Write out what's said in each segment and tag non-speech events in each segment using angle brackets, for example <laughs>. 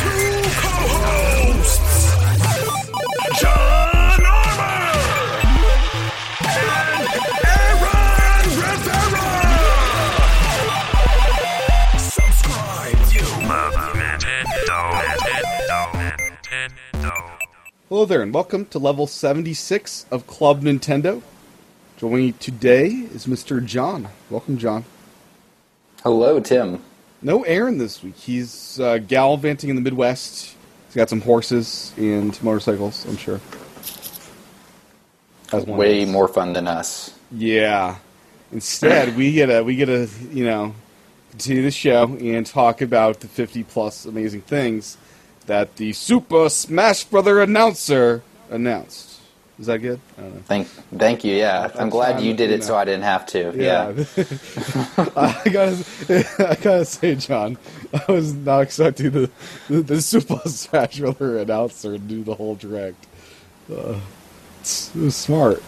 two co-hosts, John Armour and Aaron Rivera. Subscribe, you. Hello there, and welcome to level 76 of Club Nintendo. Joining me today is Mr. John. Welcome, John. Hello, Tim. No Aaron this week. He's uh, gallivanting in the Midwest. He's got some horses and motorcycles, I'm sure. As one Way does. more fun than us. Yeah. Instead, we get a we get a you know continue the show and talk about the 50 plus amazing things that the Super Smash Brother announcer announced. Is that good? I don't know. Thank, thank you. Yeah, I'm glad fine you with did me it, so now. I didn't have to. <laughs> Yeah. Yeah. <laughs> I gotta, <laughs> I gotta say, John, I was not expecting the the, the Super <laughs> Smash Brother announcer to do the whole direct. Uh, it's- it was smart,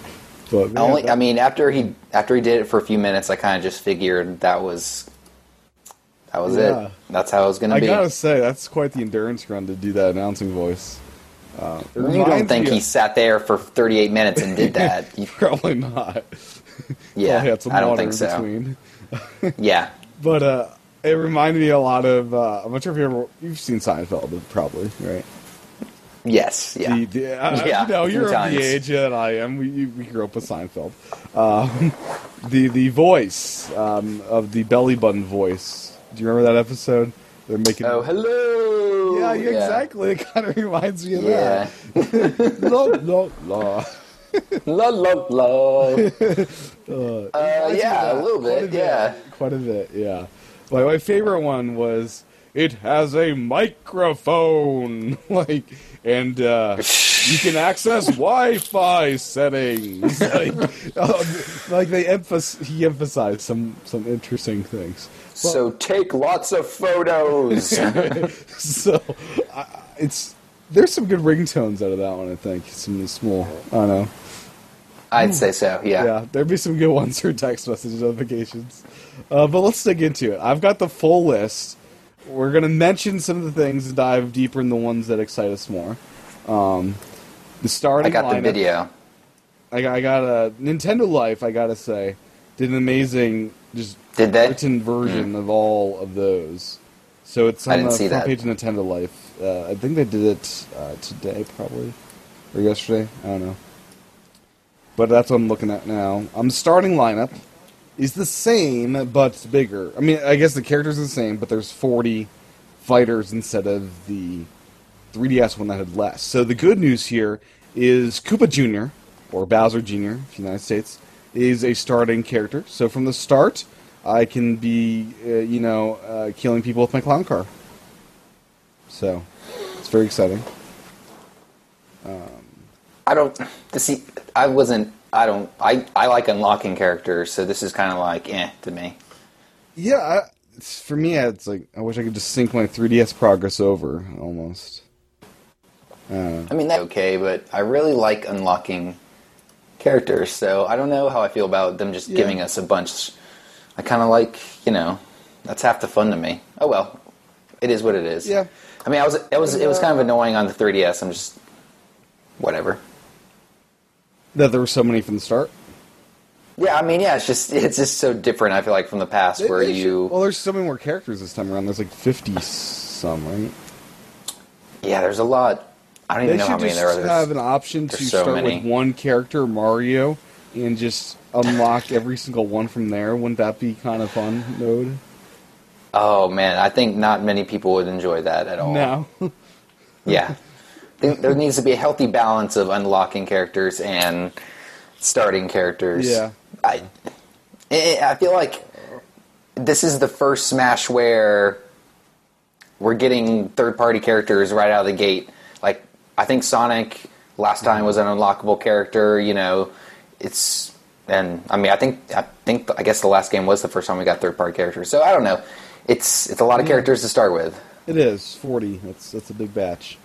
but man, I Only, that- I mean, after he after he did it for a few minutes, I kind of just figured that was that was Yeah. it. That's how it was going to I be. gotta say that's quite the endurance run to do that announcing voice. Uh, it you don't reminds think me he of- sat there for 38 minutes and did that? You- <laughs> probably not. yeah, probably had some I don't water think in between. so. <laughs> Yeah, But uh, it reminded me a lot of. Uh, I'm not sure if you ever, you've seen Seinfeld, probably right. yes, yeah. The, the, uh, Yeah, you know, you're of sometimes. the age that I am. We, you- we grew up with Seinfeld. Um, the the voice um, of the belly button voice. Do you remember that episode? They're making. oh, hello. Yeah, you- exactly. <laughs> It kind of reminds me of Yeah. that. no, no, no. La la <laughs> la. uh, yeah, a little Quite bit. Yeah. quite a bit. Yeah. My my favorite one was it has a microphone, <laughs> like, and uh, you can <laughs> access Wi-Fi settings. <laughs> like, um, like they emphas he emphasized some some interesting things. <laughs> So take lots of photos. So I, I- it's there's some good ringtones out of that one. I think some of the small. I don't know. <laughs> I'd say so. <laughs> Yeah. Yeah, there'd be some good ones for text message notifications. Uh, but let's dig into it. I've got the full list. We're going to mention some of the things and dive deeper in the ones that excite us more. Um, the starting I got the lineup- video. I got, I got a Nintendo Life, I got to say, did an amazing just Did they? written version of all of those. So it's on I didn't the see front that. page of Nintendo Life. Uh, I think they did it uh, today, probably, or yesterday. I don't know. But that's what I'm looking at now. I'm starting lineup is the same but bigger. I mean, I guess the characters are the same, but there's 40 fighters instead of the 3DS one that had less. So the good news here is Koopa Jr. or Bowser Jr. of the United States is a starting character. So from the start, I can be, uh, you know, uh, killing people with my clown car. So it's very exciting. I don't see. I wasn't. I don't. I I like unlocking characters, so this is kind of like eh to me. Yeah, I, it's- for me, it's like I wish I could just sync my 3DS progress over almost. Uh, I mean that's okay, but I really like unlocking characters. So I don't know how I feel about them just Yeah. giving us a bunch. I kind of like you know that's half the fun to me. Oh well, it is what it is. Yeah. uh, I mean, I was it was it was kind of annoying on the 3ds. I'm just whatever. That there were so many from the start. Yeah, I mean, yeah, it's just it's just so different. I feel like from the past where They- they should- you well, there's so many more characters this time around. There's like 50 some, right? yeah, there's a lot. I don't even They know how should many just there are. have an There's- option to there's so start many. with one character, Mario, and just unlock every single one from there. Wouldn't that be kind of fun mode? Oh man, I think not many people would enjoy that at all. No. <laughs> Yeah, I think <laughs> there needs to be a healthy balance of unlocking characters and starting characters. Yeah. I I I feel like this is the first Smash where we're getting third-party characters right out of the gate. Like I think Sonic last time was an unlockable character. You know, it's and I mean I think I think I guess the last game was the first time we got third-party characters. So I don't know. It's it's a lot of characters to start with. It is forty. That's that's a big batch.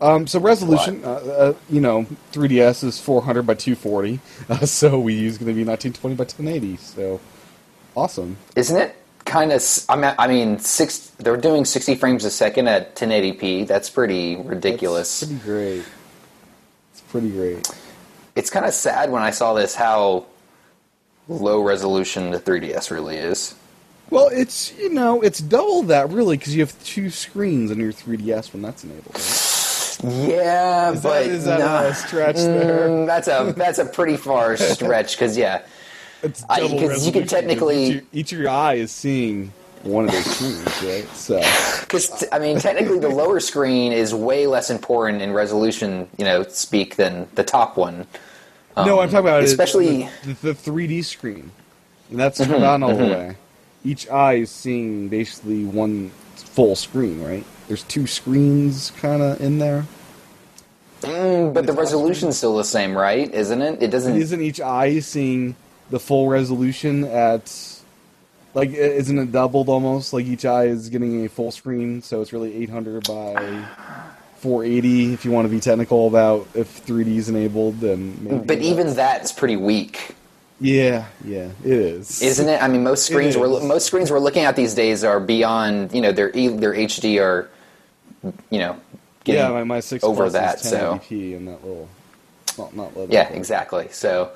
Um, so resolution, uh, uh, you know, 3ds is 400 by 240. <laughs> Uh, so we use going to be 1920 by 1080. So awesome. Isn't it kind of? I mean, I mean, six. They're doing sixty frames a second at 1080p. That's pretty ridiculous. That's pretty great. It's pretty great. it's kind of sad when I saw this how low resolution the 3DS really is. Well, it's you know it's double that really because you have two screens on your 3ds when that's enabled. Is Yeah, but that, is that nah. a stretch there? Mm, that's a that's a pretty <laughs> far stretch because yeah, It's I- double 'cause you resolution. could technically- each, of- each of your eye is seeing one of those screens, right? <sighs> So because t- I mean technically the lower screen is way less important in resolution, you know, speak than the top one. no, I'm talking about is especially- Mm-hmm, the, the, the 3D screen, and that's turned on all the way. Each eye is seeing basically one full screen, right? There's two screens kind of in there. Mm, But the resolution's still the same, right? Isn't it? It doesn't. Isn't each eye seeing the full resolution at like i- isn't it doubled almost? Like each eye is getting a full screen, so it's really 800 by 480 if you want to be technical about if 3D is enabled. Then maybe But even that's pretty weak, yeah, yeah, it is. isn't it? I mean, most screens we're is. most screens we're looking at these days are beyond, you know, their E- their HD or, you know, getting yeah, my, my six over plus that, is so- 1080p and that little not not little Yeah, but- exactly. So,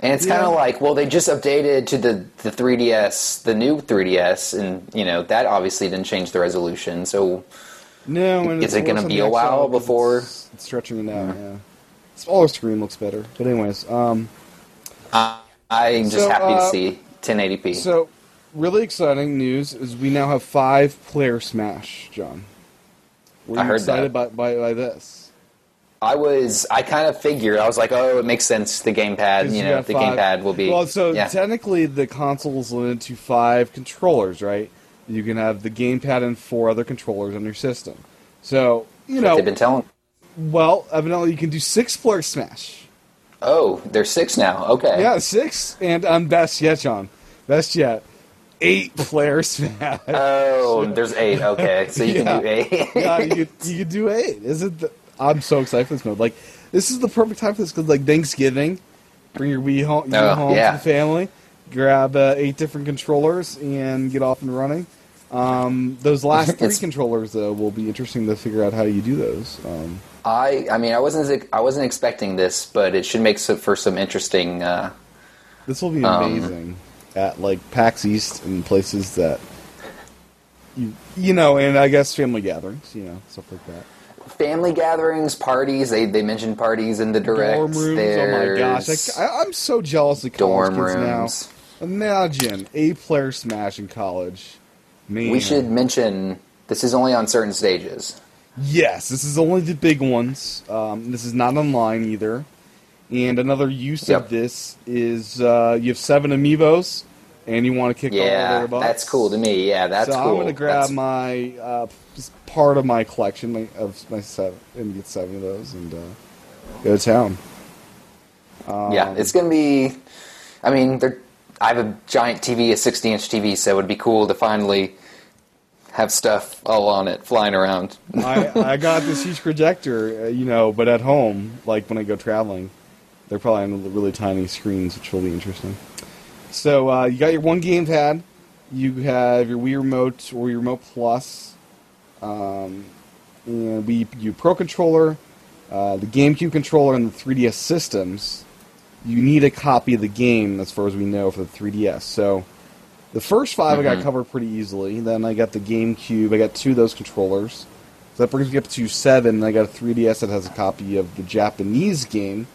and it's kind Yeah. of like, well, they just updated to the the 3DS, the new 3DS, and you know that obviously didn't change the resolution. So, No, and Is it's it gonna worse on be the a XL while 'cause before- Mm-hmm. it's, it's stretching it out? Yeah, smaller screen looks better. But anyways, um. I'm just So, happy uh, to see 1080p. So, really exciting news is we now have five player Smash, John. Were you I heard excited that. By, by by this? I was, I kind of figured, I was like, oh, it makes sense. The gamepad, 'Cause you know, have the five- gamepad will be. Well, so yeah. technically the console is limited to five controllers, right? You can have the gamepad and four other controllers on your system. So you They've been know, telling. well, evidently you can do six player Smash. Oh, there's six now. Okay. Yeah, six, and um, best yet, John. Best yet, eight player <laughs> Smash. Oh, there's eight. Okay, so you <laughs> Yeah. can do eight. <laughs> yeah, you could, you could do eight. Is it? The, I'm so excited for this mode. Like, this is the perfect time for this because, like, Thanksgiving, bring your Wii home, Oh, home yeah. to the family, grab uh, eight different controllers, and get off and running. Um, those last <laughs> three It's- controllers, though, will be interesting to figure out how you do those. Um, I, I mean, I wasn't, I wasn't expecting this, but it should make so, for some interesting. Uh, this will be Um, amazing at like PAX East and places that you you know, and I guess family gatherings, you know, stuff like that. family gatherings, parties. They they mentioned parties in the direct. dorm rooms. Oh my There's- gosh, I, I, am so jealous of college Dorm kids rooms. now. Imagine a player smash in college. Man. we should mention this is only on certain stages. Yes, this is only the big ones. Um, this is not online either. And another use of Yep. this is uh, you have seven amiibos, and you want to kick all Yeah, their butts. that's cool to me. Yeah, that's so cool. I'm gonna grab That's- my uh, just part of my collection my, of my seven and get seven of those and uh, go to town. yeah, Um, it's gonna be. I mean, they're, I have a giant TV, a 60 inch TV, so it would be cool to finally have stuff all on it flying around. I, I got this huge projector, uh, you know, but at home, like when I go traveling, they're probably on the really tiny screens, which will be interesting. So uh, you got your one game pad, you have your Wii Remote or your Remote Plus, um, and Wii U Pro controller, uh, the GameCube controller, and the 3DS systems. You need a copy of the game, as far as we know, for the 3DS. So the first 5 I got covered pretty easily. Then I got the GameCube. I got two of those controllers. So that brings me up to seven. And I got a 3DS that has a copy of the Japanese game.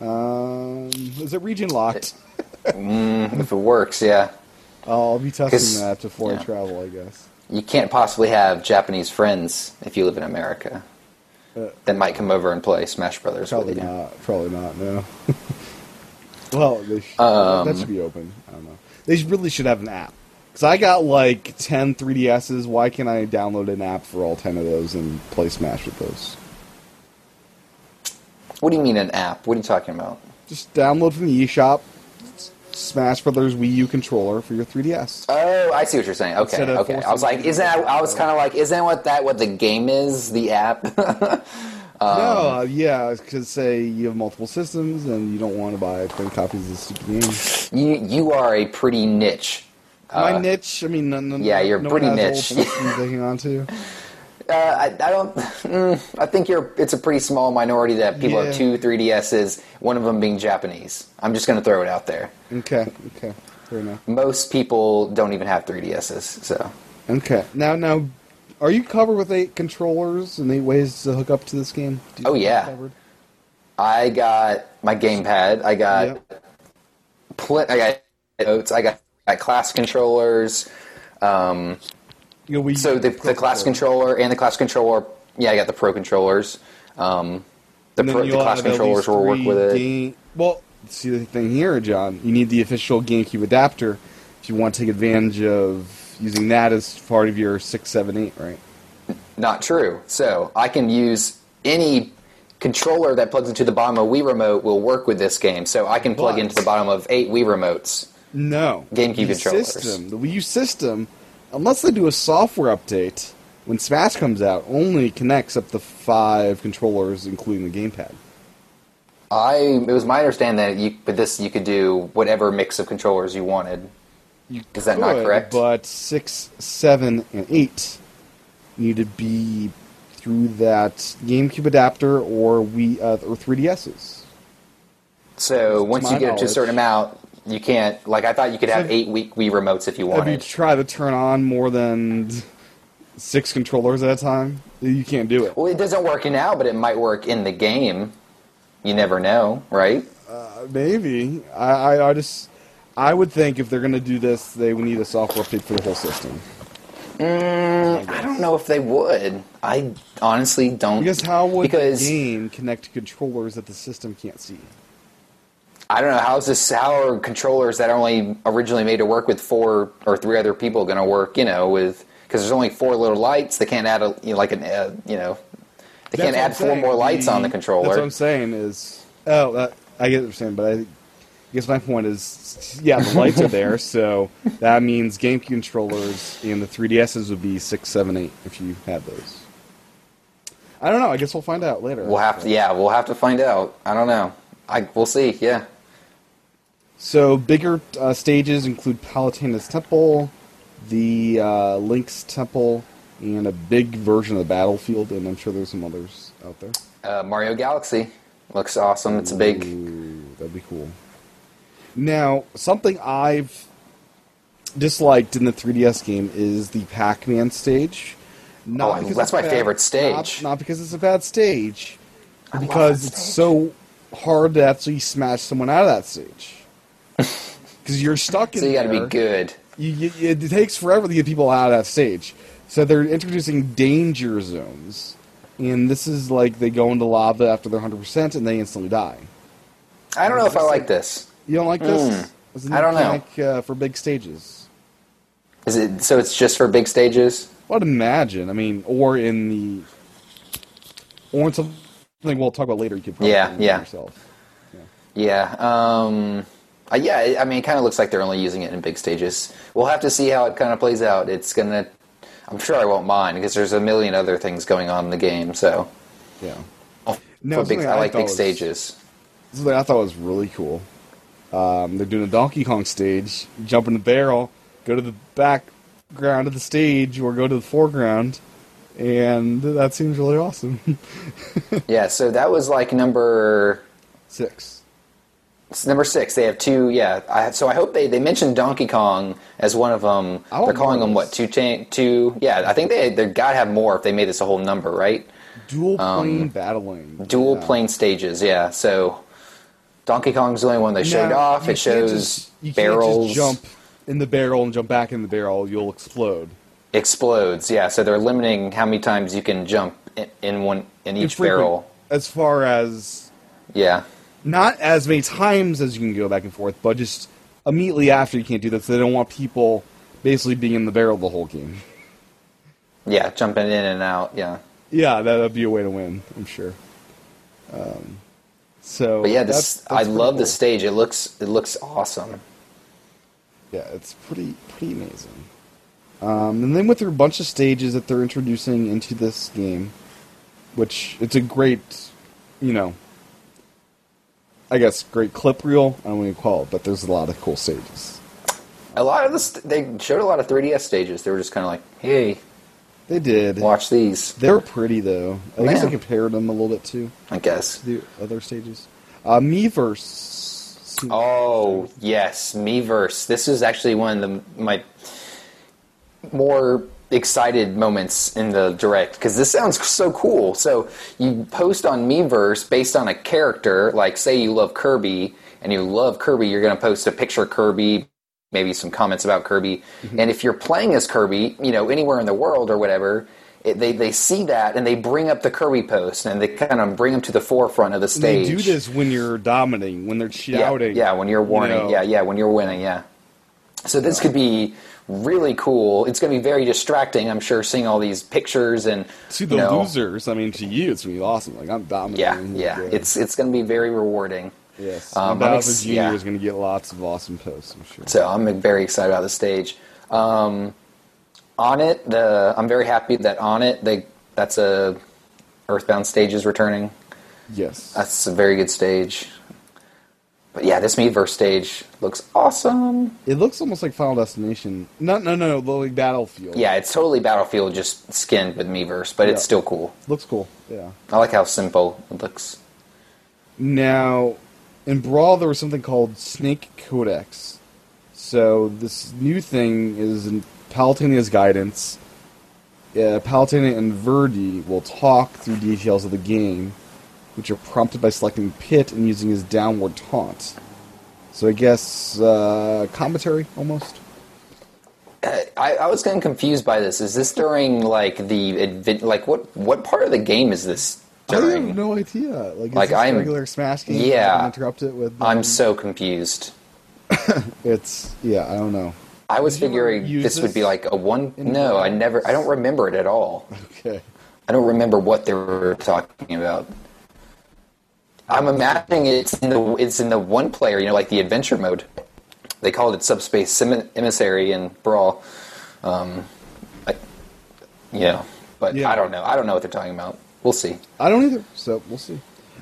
Um, is it region locked? Mm-hmm. if it works, yeah. I'll be It's- testing that before I yeah. travel, I guess. You can't possibly have Japanese friends if you live in America. that might come over and play Smash Brothers Uh, Probably with you. not. Probably not. No. <laughs> well, they sh- Um, that should be open. I don't know. They sh- really should have an app. Because I got like 10 3DSs. Why can't I download an app for all 10 of those and play Smash with those? What do you mean an app? What are you talking about? Just download from the eShop. Smash Brothers Wii U controller for your 3DS. Oh, I see what you're saying. Okay, Instead of okay. I was forcing like, people isn't that? to- I was kind of like, isn't what that what the game is? The app. <laughs> Um, no, uh, yeah, because say you have multiple systems and you don't want to buy ten copies of this stupid game. you you are a pretty niche. My niche, I mean, no, no, Uh, yeah, you're no pretty one niche. has old systems to hang on <laughs> to. Uh, I, I don't. <laughs> Mm, I think you're. It's a pretty small minority that people have Yeah. two 3DSs. One of them being Japanese. I'm just going to throw it out there. Okay, okay, fair enough. Most people don't even have 3DSs. So Okay, now, now, are you covered with eight controllers and eight ways to hook up to this game? Do you Oh, think you're yeah. covered? I got my gamepad. I got Yep. pl- I got notes. I got, I got class controllers. Um, You know, we- So the, the class controller and the class controller, yeah, I got the pro controllers. Um, the And then pro, you the all class have at least controllers will work three with it. game- well, see the thing here, John. You need the official GameCube adapter if you want to take advantage of using that as part of your six, seven, eight, right? Not true. So I can use any controller that plugs into the bottom of Wii remote will work with this game. So I can plug But- into the bottom of eight Wii remotes. No. the GameCube controllers. System, the Wii U system, unless they do a software update, when Smash comes out, only connects up to five controllers, including the gamepad. I it was my understanding that you but this you could do whatever mix of controllers you wanted. You Is that not could, correct? But six, seven, and eight need to be through that GameCube adapter or Wii uh, or 3DSs. So once my you get up to a knowledge. certain amount, you can't like I thought you could have Have- eight week Wii remotes if you If you wanted. try to turn on more than six controllers at a time, you can't do it. Well, it doesn't work now, but it might work in the game. You never know, right? Maybe I, I, I just I would think if they're going to do this, they would need a software update for the whole system. I don't know if they would. I honestly don't. Because how would because the game connect to controllers that the system can't see? I don't know how is this how are controllers that are only originally made to work with four or three other people going to work? You know, with because there's only four little lights, they can't add a you know, like an uh, you know they That's what can't I'm add four saying. more lights on the That's what controller. I'm saying is oh that, I get what you're saying, but I guess my point is yeah the lights are there, so that means game controllers and the 3DSs would be six, seven, eight if you had those. I don't know. I guess we'll find out later. We'll have to yeah, we'll have to find out. I don't know. I we'll see. Yeah. So bigger uh, stages include Palutena's Temple, the uh, Link's Temple, and a big version of the battlefield, and I'm sure there's some others out there. Uh, Mario Galaxy looks awesome. It's big. Ooh, that'd be cool. Now, something I've disliked in the 3DS game is the Pac-Man stage. Not Oh, I- because that's it's my bad- favorite stage. Not, not because it's a bad stage, but love because that it's stage. so hard to actually smash someone out of that stage. <laughs> Because you're stuck in So you got to there be good. you, you, it takes forever to get people out of that stage. So they're introducing danger zones, and this is like they go into lava after they're hundred percent and they instantly die. I don't know if I like this. You don't like this? It's a new Hmm. I don't know. mechanic, Uh, for big stages, Is it so? It's just for big stages. well, I'd imagine. I mean, or in the or in something we'll talk about later. You could probably Yeah, do it yeah. yourself. Yeah. Um, uh, yeah. I- I mean, it kind of looks like they're only using it in big stages. We'll have to see how it kind of plays out. It's gonna. I'm sure I won't mind because there's a million other things going on in the game. So Yeah. Oh, for big, something I like thought big was- stages. Something I thought was really cool. Um, they're doing a Donkey Kong stage. Jump in the barrel, go to the background of the stage, or go to the foreground, and that seems really awesome. <laughs> Yeah. So that was like number Six. It's number six. They have two. Yeah. I, so I hope they they mentioned Donkey Kong as one of them. I want They're calling more of them what those. two cha- two. Yeah. I think they they gotta have more if they made this a whole number, right? Dual plane battling. Um, Dual Yeah. plane stages. Yeah. So Donkey Kong's the only one they showed Now, off. you It can't shows just- you barrels Can't just jump in the barrel and jump back in the barrel. You'll explode. explodes. Yeah. So they're limiting how many times you can jump in, in one in each Infrequent, barrel. As far as Yeah. not as many times as you can go back and forth, but just immediately after you can't do that. So they don't want people basically being in the barrel the whole game. Yeah. Jumping in and out. Yeah. Yeah, that would be a way to win, I'm sure. Um, so, But yeah, that's- this that's I pretty love cool. the stage. It looks it looks awesome. Yeah, it's pretty pretty amazing. Um, and they went through a bunch of stages that they're introducing into this game, which it's a great, you know, I guess great clip reel. I don't want to call it, but there's a lot of cool stages. A lot of this, they showed a lot of 3DS stages. They were just kind of like, hey, They did. watch these. They're pretty though. I guess I Yeah. compared them a little bit too I guess. to the other stages. Uh, Miiverse. Oh yes, Meverse. This is actually one of the my more excited moments in the direct because this sounds so cool. So you post on Meverse based on a character, like say you love Kirby and you love Kirby, you're going to post a picture of Kirby, maybe some comments about Kirby, Mm-hmm. and if you're playing as Kirby, you know anywhere in the world or whatever. It, they, they see that and they bring up the Kirby post and they kind of bring them to the forefront of the And they stage. do this when you're dominating, when they're shouting. Yeah, yeah when you're warning. know. Yeah, yeah, when you're winning. Yeah. So this could be really cool. It's going to be very distracting, I'm sure, seeing all these pictures and To the you know, losers, I mean, to you, it's gonna be awesome. Like I'm Yeah, dominating. yeah. Like, uh, It's it's going to be very rewarding. yes. um, I'm Bowser ex- Jr. yeah. is gonna get lots of awesome posts. I'm sure. So I'm very excited about the stage. Um, on it, the I'm very happy that on it they that's a Earthbound stage is returning. yes. That's a very good stage. But yeah, this Miiverse stage looks awesome. it looks almost like Final Destination. No, no, no, no. Like Battlefield. Yeah, it's totally Battlefield just skinned with Miiverse, but it's Yeah. still cool. Looks cool. Yeah. I like how simple it looks. Now, in Brawl, there was something called Snake Codex. So this new thing is in Palutena's guidance. Uh, Palutena and Verdi will talk through details of the game, which are prompted by selecting Pit and using his downward taunt. So I guess uh, commentary almost. I, I was getting confused by this. Is this during like the advent? Like what what part of the game is this I during? have no idea. Like, is Like, this I'm- regular Smash game. Yeah. I can interrupt it with. um, I'm so confused. It's yeah. I don't know. <laughs> I was Did you ever figuring use this, would be this like a one. in No, I Brawl? never. I don't remember it at all. Okay. I don't remember what they were talking about. I'm imagining it's in the it's in the one player, you know, like the adventure mode. They called it Subspace Semi- Emissary in Brawl. Um, I, you know, but Yeah. I don't know. I don't know what they're talking about. We'll see. I don't either. So we'll see.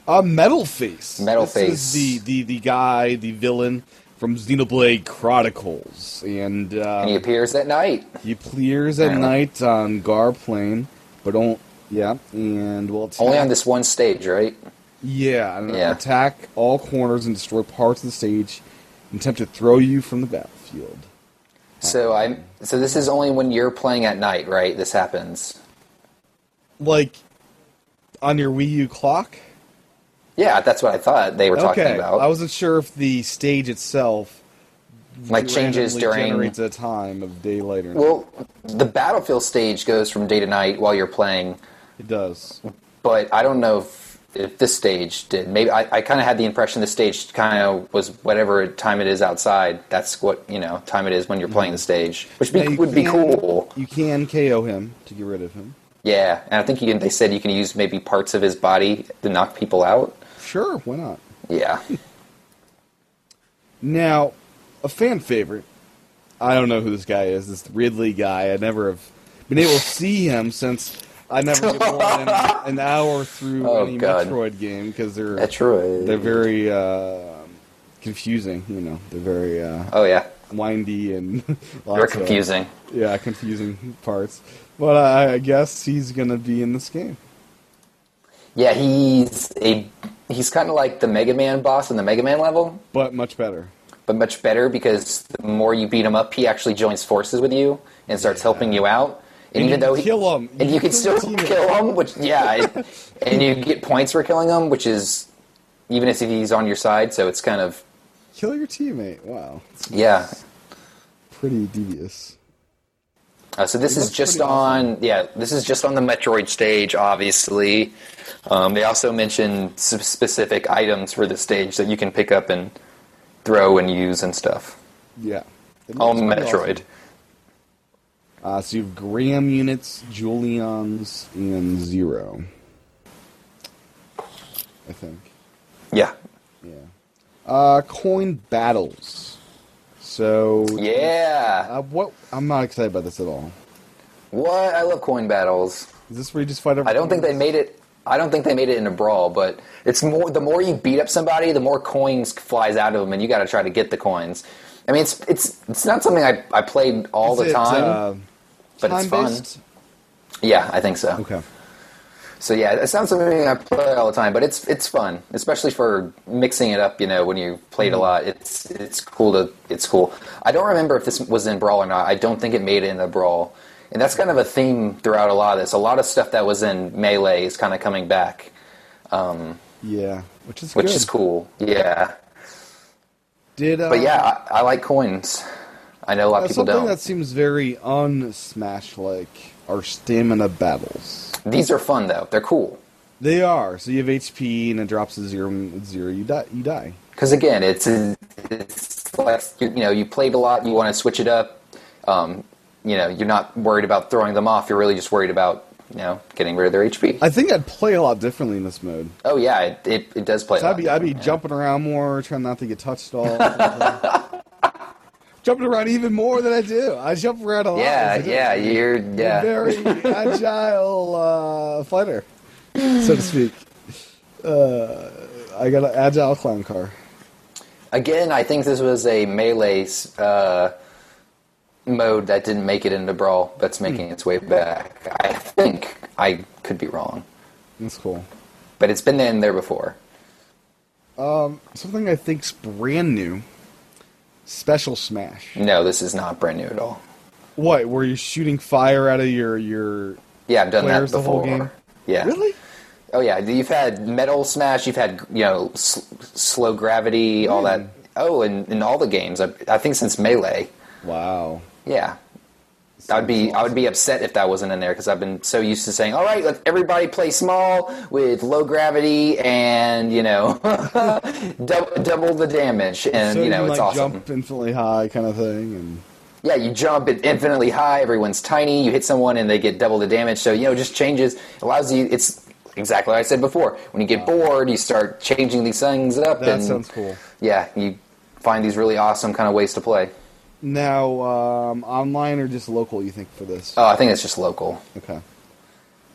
Uh, Metal Face. Metal this Face. is the, the the guy, the villain from Xenoblade Chronicles, and, uh, And he appears at night. he appears at Yeah. night on Gar Plane, but don't. Yeah, and will attack, Only on this one stage, right? Yeah, and Yeah. attack all corners and destroy parts of the stage, and attempt to throw you from the battlefield. So I'm. So this is only when you're playing at night, right? This happens. Like on your Wii U clock. Yeah, that's what I thought they were talking okay, about. I wasn't sure if the stage itself like changes randomly during. generates a time of daylight or not. Well, the battlefield stage goes from day to night while you're playing, it does. but I don't know if, if this stage did. Maybe I, I kind of had the impression this stage kind of was whatever time it is outside. That's what you know time it is when you're playing the stage, which be, Now, Mm-hmm. you would be can- cool. You can KO him to get rid of him. Yeah, and I think you can, they said you can use maybe parts of his body to knock people out. Sure, why not? Yeah, Now, a fan favorite. I don't know who this guy is. This Ridley guy. I never have been able to see him since I never get more <laughs> than an hour through Oh, any God. Metroid game because they're Metroid. they're very uh, confusing. You know, they're very uh, <laughs> Oh yeah, windy and <laughs> you're lots of- confusing. yeah, confusing parts. But I, I guess he's gonna be in this game. Yeah, he's a he's kind of like the Mega Man boss in the Mega Man level. But much better. but much better because the more you beat him up, he actually joins forces with you and starts helping you out. And, And even you though he, kill him. and You you can kill still him. kill him, which yeah, it, and you get points for killing him, which is even if he's on your side. So it's kind of Kill your teammate. Wow, it's yeah. pretty devious. Uh, so this It is looks just pretty awesome. on yeah, this is just on the Metroid stage, obviously. Um, they also mentioned s- specific items for the stage that you can pick up and throw and use and stuff. Yeah. It All looks pretty Metroid. awesome. Uh, so you have Graham units, Julians, and Zero. I think. Yeah. Yeah. Uh, coin battles. So Yeah. uh, what? I'm not excited about this at all. What? I love coin battles. Is this where you just fight? I don't think they everyone? made it. I don't think they made it in a brawl, but it's more. The more you beat up somebody, the more coins flies out of them, and you got to try to get the coins. I mean, it's it's it's not something I, I played all Is the it, time, uh, but it's fun. time-based? Yeah, I think so. Okay. So yeah, it's not something I play all the time, but it's it's fun, especially for mixing it up. You know, when you played a Mm-hmm. lot, it's it's cool to it's cool. I don't remember if this was in Brawl or not. I don't think it made it in the Brawl, and that's kind of a theme throughout a lot of this. A lot of stuff that was in Melee is kind of coming back, Yeah, which is which good. is cool. Yeah, Did uh, but yeah, I, I like coins. I know a lot uh, of people something don't. that seems very un-Smash like are stamina battles. These are fun though; they're cool They are. So you have HP and it drops to zero. and Zero, you die. You die. because again, it's it's like you know you played a lot, you want to switch it up. Um, you know, you're not worried about throwing them off. You're really just worried about you know getting rid of their HP. I think I'd play a lot differently in this mode. oh yeah, it, it, it does play. a So I'd lot be I'd be different, yeah. jumping around more, trying not to get touched at <laughs> all. jumping around even more than I do. I jump around a lot. Yeah, as I do. yeah, you're a yeah. very agile uh, fighter, so to speak. Uh, I got an agile clown car. Again, I think this was a melee uh, mode that didn't make it into brawl. Hmm. That's making its way back. I think I could be wrong, That's cool. but it's been in there before. Something I think's brand new. Special Smash. No, this is not brand new at all. What? Where you're shooting fire out of your your Yeah, I've done players that the whole before. game? Yeah. Really? Oh yeah, you've had Metal Smash, you've had you know s- slow gravity, all Hmm. that. Oh, and in all the games, I, I think since Melee. Wow. Yeah, I would be I would be upset if that wasn't in there because I've been so used to saying, all right, let everybody play small with low gravity and you know <laughs> double, double the damage, and so you know can, it's like, awesome. jump infinitely high kind of thing, and Yeah, you jump it infinitely high. Everyone's tiny. You hit someone and they get double the damage. So you know, it just changes allows you. It's exactly what I said before. When you get bored, you start changing these things up. that and, sounds cool. Yeah, you find these really awesome kind of ways to play. Now, um, online or just local? You think for this? Oh, I think it's just local. Okay.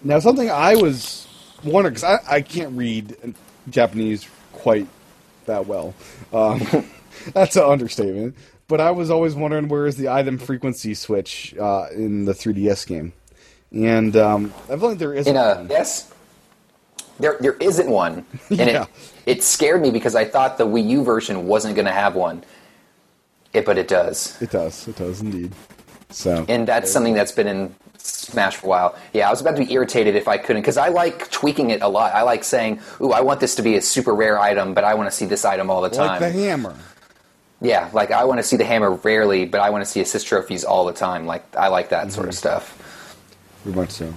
Now, something I was wondering because I, I can't read Japanese quite that well. Um, <laughs> that's an understatement. But I was always wondering where is the item frequency switch uh, in the 3DS game, and um, I feel like there isn't. In a one. yes, there there <laughs> isn't one, and Yeah. it it scared me because I thought the Wii U version wasn't going to have one. It, but it does. It does. It does indeed. So and that's something that's been in Smash for a while. Yeah, I was about to be irritated if I couldn't because I like tweaking it a lot. I like saying, "Ooh, I want this to be a super rare item, but I want to see this item all the like time." the hammer. yeah, like I want to see the hammer rarely, but I want to see assist trophies all the time. Like I like that Mm-hmm. sort of stuff. Very much so.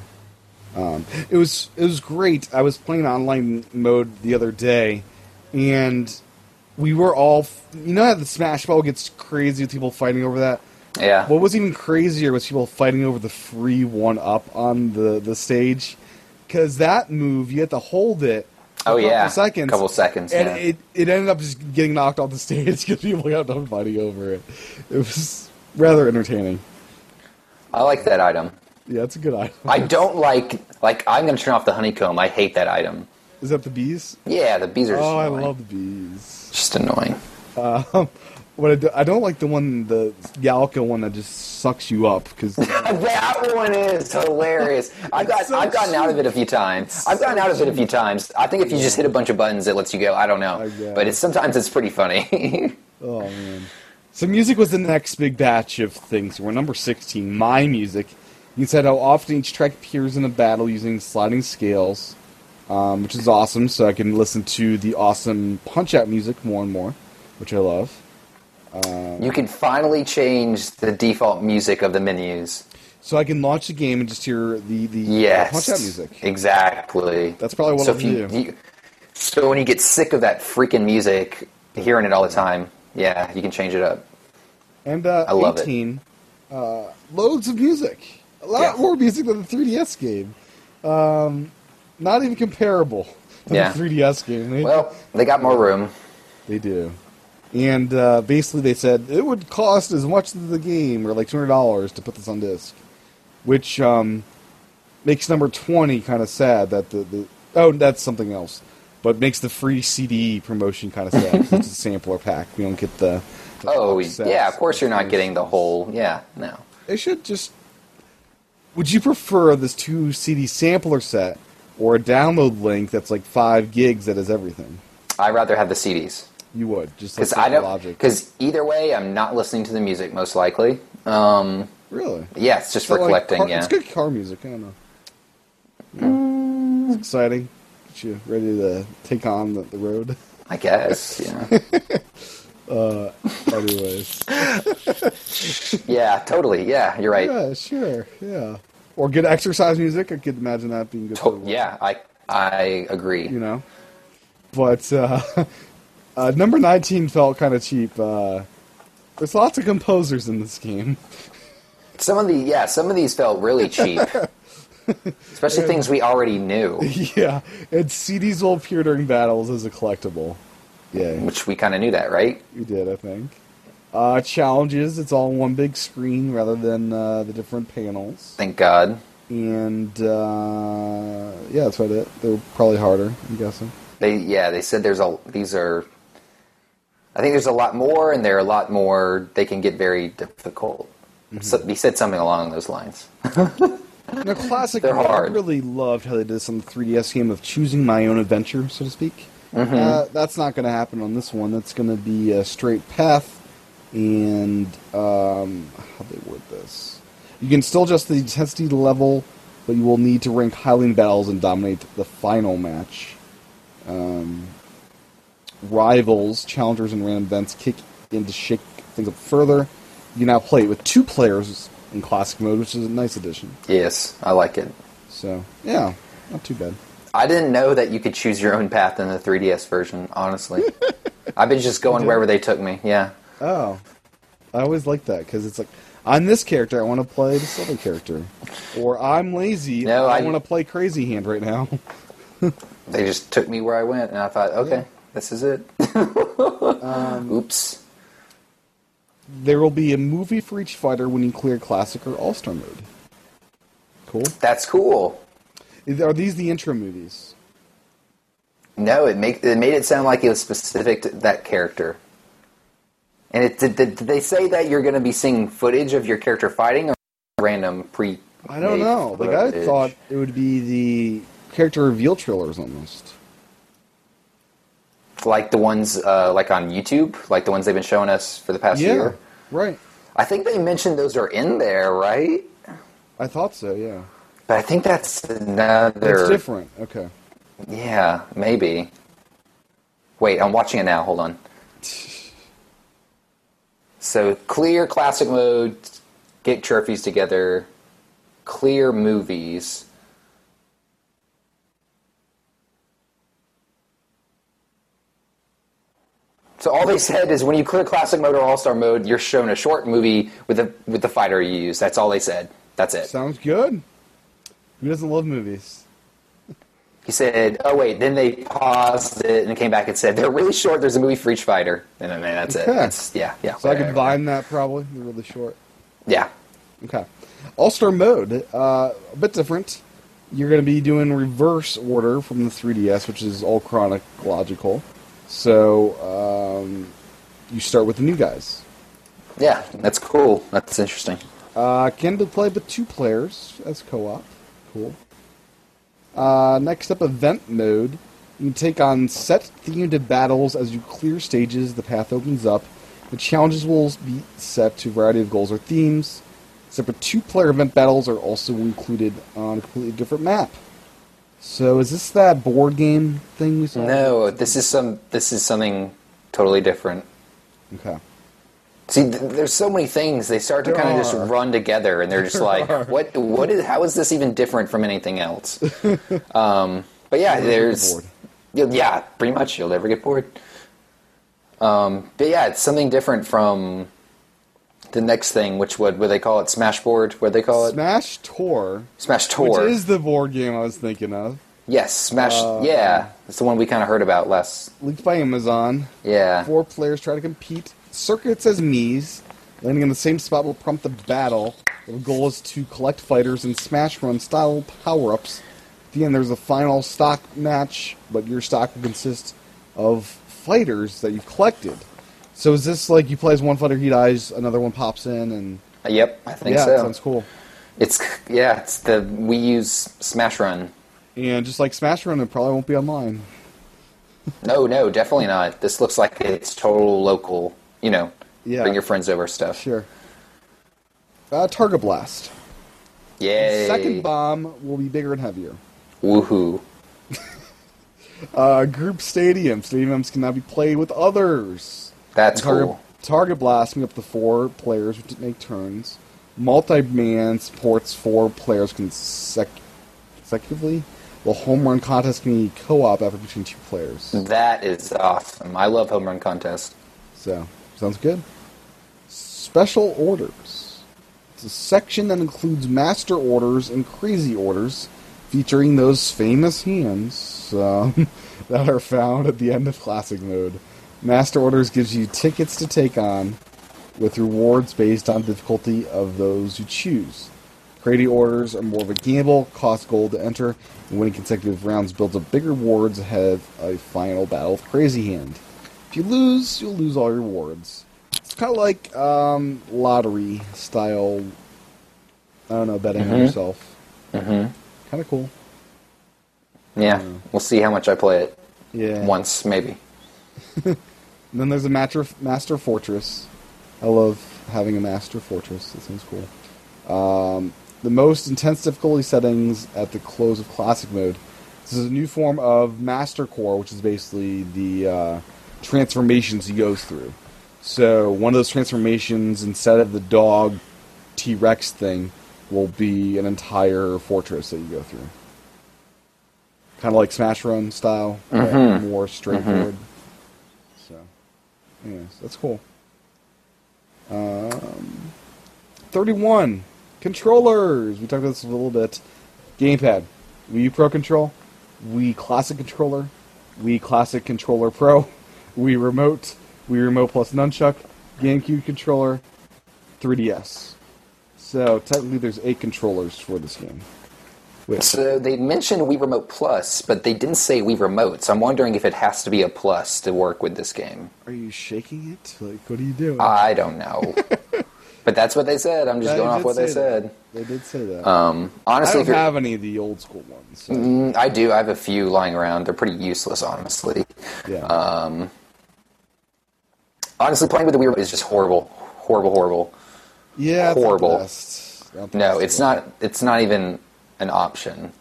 Um, it was it was great. I was playing online mode the other day, and we were all f- you know how the Smash Ball gets crazy with people fighting over that. Yeah, What was even crazier was people fighting over the free one up on the the stage, because that move you had to hold it. a Oh, couple yeah. seconds. Couple seconds, And yeah. it it ended up just getting knocked off the <laughs> stage because people got done fighting over it. It was rather entertaining. I like that item. Yeah, it's a good item. I don't like like I'm going to turn off the honeycomb. I hate that item. Is that the bees? Yeah, the bees are just Oh, I annoying. love the bees. just annoying. What I, do, I don't like the one, the Yalka one that just sucks you up because That one is <laughs> hilarious. I've got so I've gotten out of it a few times. I've gotten out of it a few times. I think if you just hit a bunch of buttons, it lets you go. I don't I know, guess. but it's sometimes it's pretty funny. <laughs> oh man. So music was the next big batch of things. We're number sixteen. My music. You said how often each track appears in a battle using sliding scales, um, which is awesome. So I can listen to the awesome punch out music more and more, which I love. you can finally change the default music of the menus. So I can launch the game and just hear the the Yes, punch out music. Exactly. That's probably what so I'll if you, do. you- So when you get sick of that freaking music, hearing it all the time, yeah, you can change it up. And uh, I love it. 18, Uh, loads of music. A lot Yeah. more music than the 3DS game. Um, not even comparable to Yeah. the 3DS game. They, Well, they got more room. they do. And uh, basically, they said it would cost as much as the game, or like two hundred dollars, to put this on disc, which um, makes number twenty kind of sad. That the, the oh, that's something else, but makes the free CD promotion kind of sad. <laughs> 'cause it's a sampler pack. We don't get the. the Oh, box sets. yeah, of course you're not getting the whole. Yeah, no. They should just. Would you prefer this two CD sampler set or a download link that's like five gigs that has everything? I'd rather have the CDs. You would just Because like I don't. logic. Because either way, I'm not listening to the music most likely. Um, really, yeah, it's just So, for like, collecting. car- yeah, it's good car music. I don't know. Mm. Yeah. It's exciting. Get you ready to take on the, the <laughs> road? I guess. <laughs> Yeah, Anyways, yeah, totally. Yeah, you're right. yeah, sure, yeah. Or good exercise music. I could imagine that being good. for To- the- yeah, I I agree. you know. But uh, <laughs> uh, number nineteen felt kind of cheap. Uh, there's lots of composers in this game. <laughs> Some of the yeah, some of these felt <laughs> really cheap, especially things we already knew, yeah, and CDs will appear during battles as a collectible. Yeah, which we kind of knew that, right? we did, I think. Uh, challenges. It's all one big screen rather than uh, the different panels. Thank God. And uh, yeah, that's about it. They're probably harder. I'm guessing. They yeah, they said there's a these are. I think there's a lot more, and they're a lot more. They can get very difficult. Mm-hmm. So, he said something along those lines. The classic, They're I hard. really loved how they did this on the 3DS game of choosing my own adventure, so to speak. Mm-hmm. Uh, that's not going to happen on this one. That's going to be a straight path, and um, how they word this. You can still adjust the intensity to level, but you will need to rank highly in battles and dominate the final match. Um, rivals, challengers, and random events kick in to shake things up further. You now play it with two players in classic mode, which is a nice addition. Yes, I like it. So yeah, not too bad. I didn't know that you could choose your own path in the 3DS version. <laughs> Honestly, I've been just going wherever they took me. Yeah, Oh, I always like that because it's like I'm this character. I want to play this other character, or I'm lazy. No, I, I- want to play Crazy Hand right now. <laughs> they just took me where I went, and I thought, okay, this <laughs> is it. Um, Oops. there will be a movie for each fighter when you clear Classic or All Star mode. Cool. That's cool. Is- Are these the intro movies? No, it make it made it sound like it was specific to that character. And it did, did, did they say that you're going to be seeing footage of your character fighting or random pre? I don't know. Like I thought it would be the character reveal trailers almost. like the ones uh, like on YouTube, like the ones they've been showing us for the past Yeah. year. Right. I think they mentioned those are in there, right? I thought so. Yeah. But I think that's another. It's different. Okay. Yeah, maybe. Wait, I'm watching it now. Hold on. So clear classic mode, get trophies together, clear movies. So all they said is when you clear classic mode or all star mode, you're shown a short movie with the with the fighter you use. That's all they said. That's it. Sounds good. Who doesn't love movies? He said, "Oh wait." Then they paused it and came back and said, "They're really short. There's a movie for each fighter." And then that's it. Okay. That's, yeah, yeah. So I could combine that probably. They're really short. Yeah, Okay. All Star Mode, uh, a bit different. You're going to be doing reverse order from the 3DS, which is all chronological. So um, you start with the new guys. yeah. That's cool. That's interesting. Uh, can be played with two players as co-op. Cool. Uh, next up, event mode. You take on set themed battles as you clear stages. The path opens up. The challenges will be set to a variety of goals or themes. Separate two-player event battles are also included on a completely different map. So, is this that board game thing we saw? No, this is some. This is something totally different. Okay. See, th- there's so many things they start to There kind of just are. run together, and <laughs> they're just like, "What? What is? How is this even different from <laughs> anything else?" um, but yeah, never get there's, bored. you'll- yeah, pretty much, you'll never get bored. Um, but yeah, it's something different from the next thing, which would what they call it, Smash Board, what they call it, Smash Tour, Smash Tour. which is the board game I was thinking of. Yes, Smash. uh, yeah, it's the one we kind of heard about last. Leaked by Amazon. Yeah. Four players try to compete. Circuits as Mii's. Landing in the same spot will prompt the battle. The goal is to collect fighters in Smash Run style power ups. At the end, there's a final stock match, but your stock will consist of fighters that you've collected. So is this like you play as one fighter, he dies, another one pops in, and Yep, I think yeah, so. that sounds cool. It's yeah, it's the we use Smash Run. And just like Smash Run, it probably won't be online. No, no, definitely not. This looks like it's total local. You know, Yeah. bring your friends over stuff. Sure. Uh, Target Blast. Yay! Second bomb will be bigger and heavier. Woohoo! Uh, group stadium. Stadiums cannot be played with others. That's target, cool. Target blast me up to four players who make turns. Multi-man supports four players consec- consecutively. The home run contest can be co-op after between two players. That is awesome. I love home run contest. So, sounds good. Special orders. It's a section that includes master orders and crazy orders, featuring those famous hands um, <laughs> that are found at the end of classic mode. Master orders gives you tickets to take on, with rewards based on difficulty of those you choose. Crazy orders are more of a gamble, cost gold to enter, and winning consecutive rounds builds up big rewards ahead of a final battle with Crazy Hand. If you lose, you'll lose all your rewards. It's kind of like um, lottery style. I don't know, betting on yourself. Mm-hmm. Kind of cool. Yeah, we'll see how much I play it. Mm. Yeah. Once maybe. And then there's a master, master fortress. I love having a master fortress. That seems cool. Um, the most intense difficulty settings at the close of classic mode. This is a new form of master core, which is basically the uh, transformations he goes through. So one of those transformations, instead of the dog T Rex thing, will be an entire fortress that you go through. Kind of like Smash Run style, but more straightforward. So, anyways, that's cool. Um, 31. Controllers. We talked about this a little bit. Gamepad. Wii U Pro Control. Wii Classic Controller. Wii Classic Controller Pro. <laughs> Wii Remote. Wii Remote Plus Nunchuck. GameCube Controller. 3DS. So, technically, there's eight controllers for this game. Which, So they mentioned Wii Remote Plus, but they didn't say Wii Remote. So I'm wondering if it has to be a plus to work with this game. are you shaking it? Like, what are you doing? Ah, I <laughs> don't know. but that's what they said. I'm just They going off did what they say that. said. They did say that. Um, I honestly, don't if you're- have any of the old school ones. so- Mm, I do. I have a few lying around. They're pretty useless, honestly. Yeah. uh, Honestly, playing with the Wii Remote is just horrible, horrible, horrible. yeah. it's not the horrible. best. Not the No, best it's one. not. It's not even an option.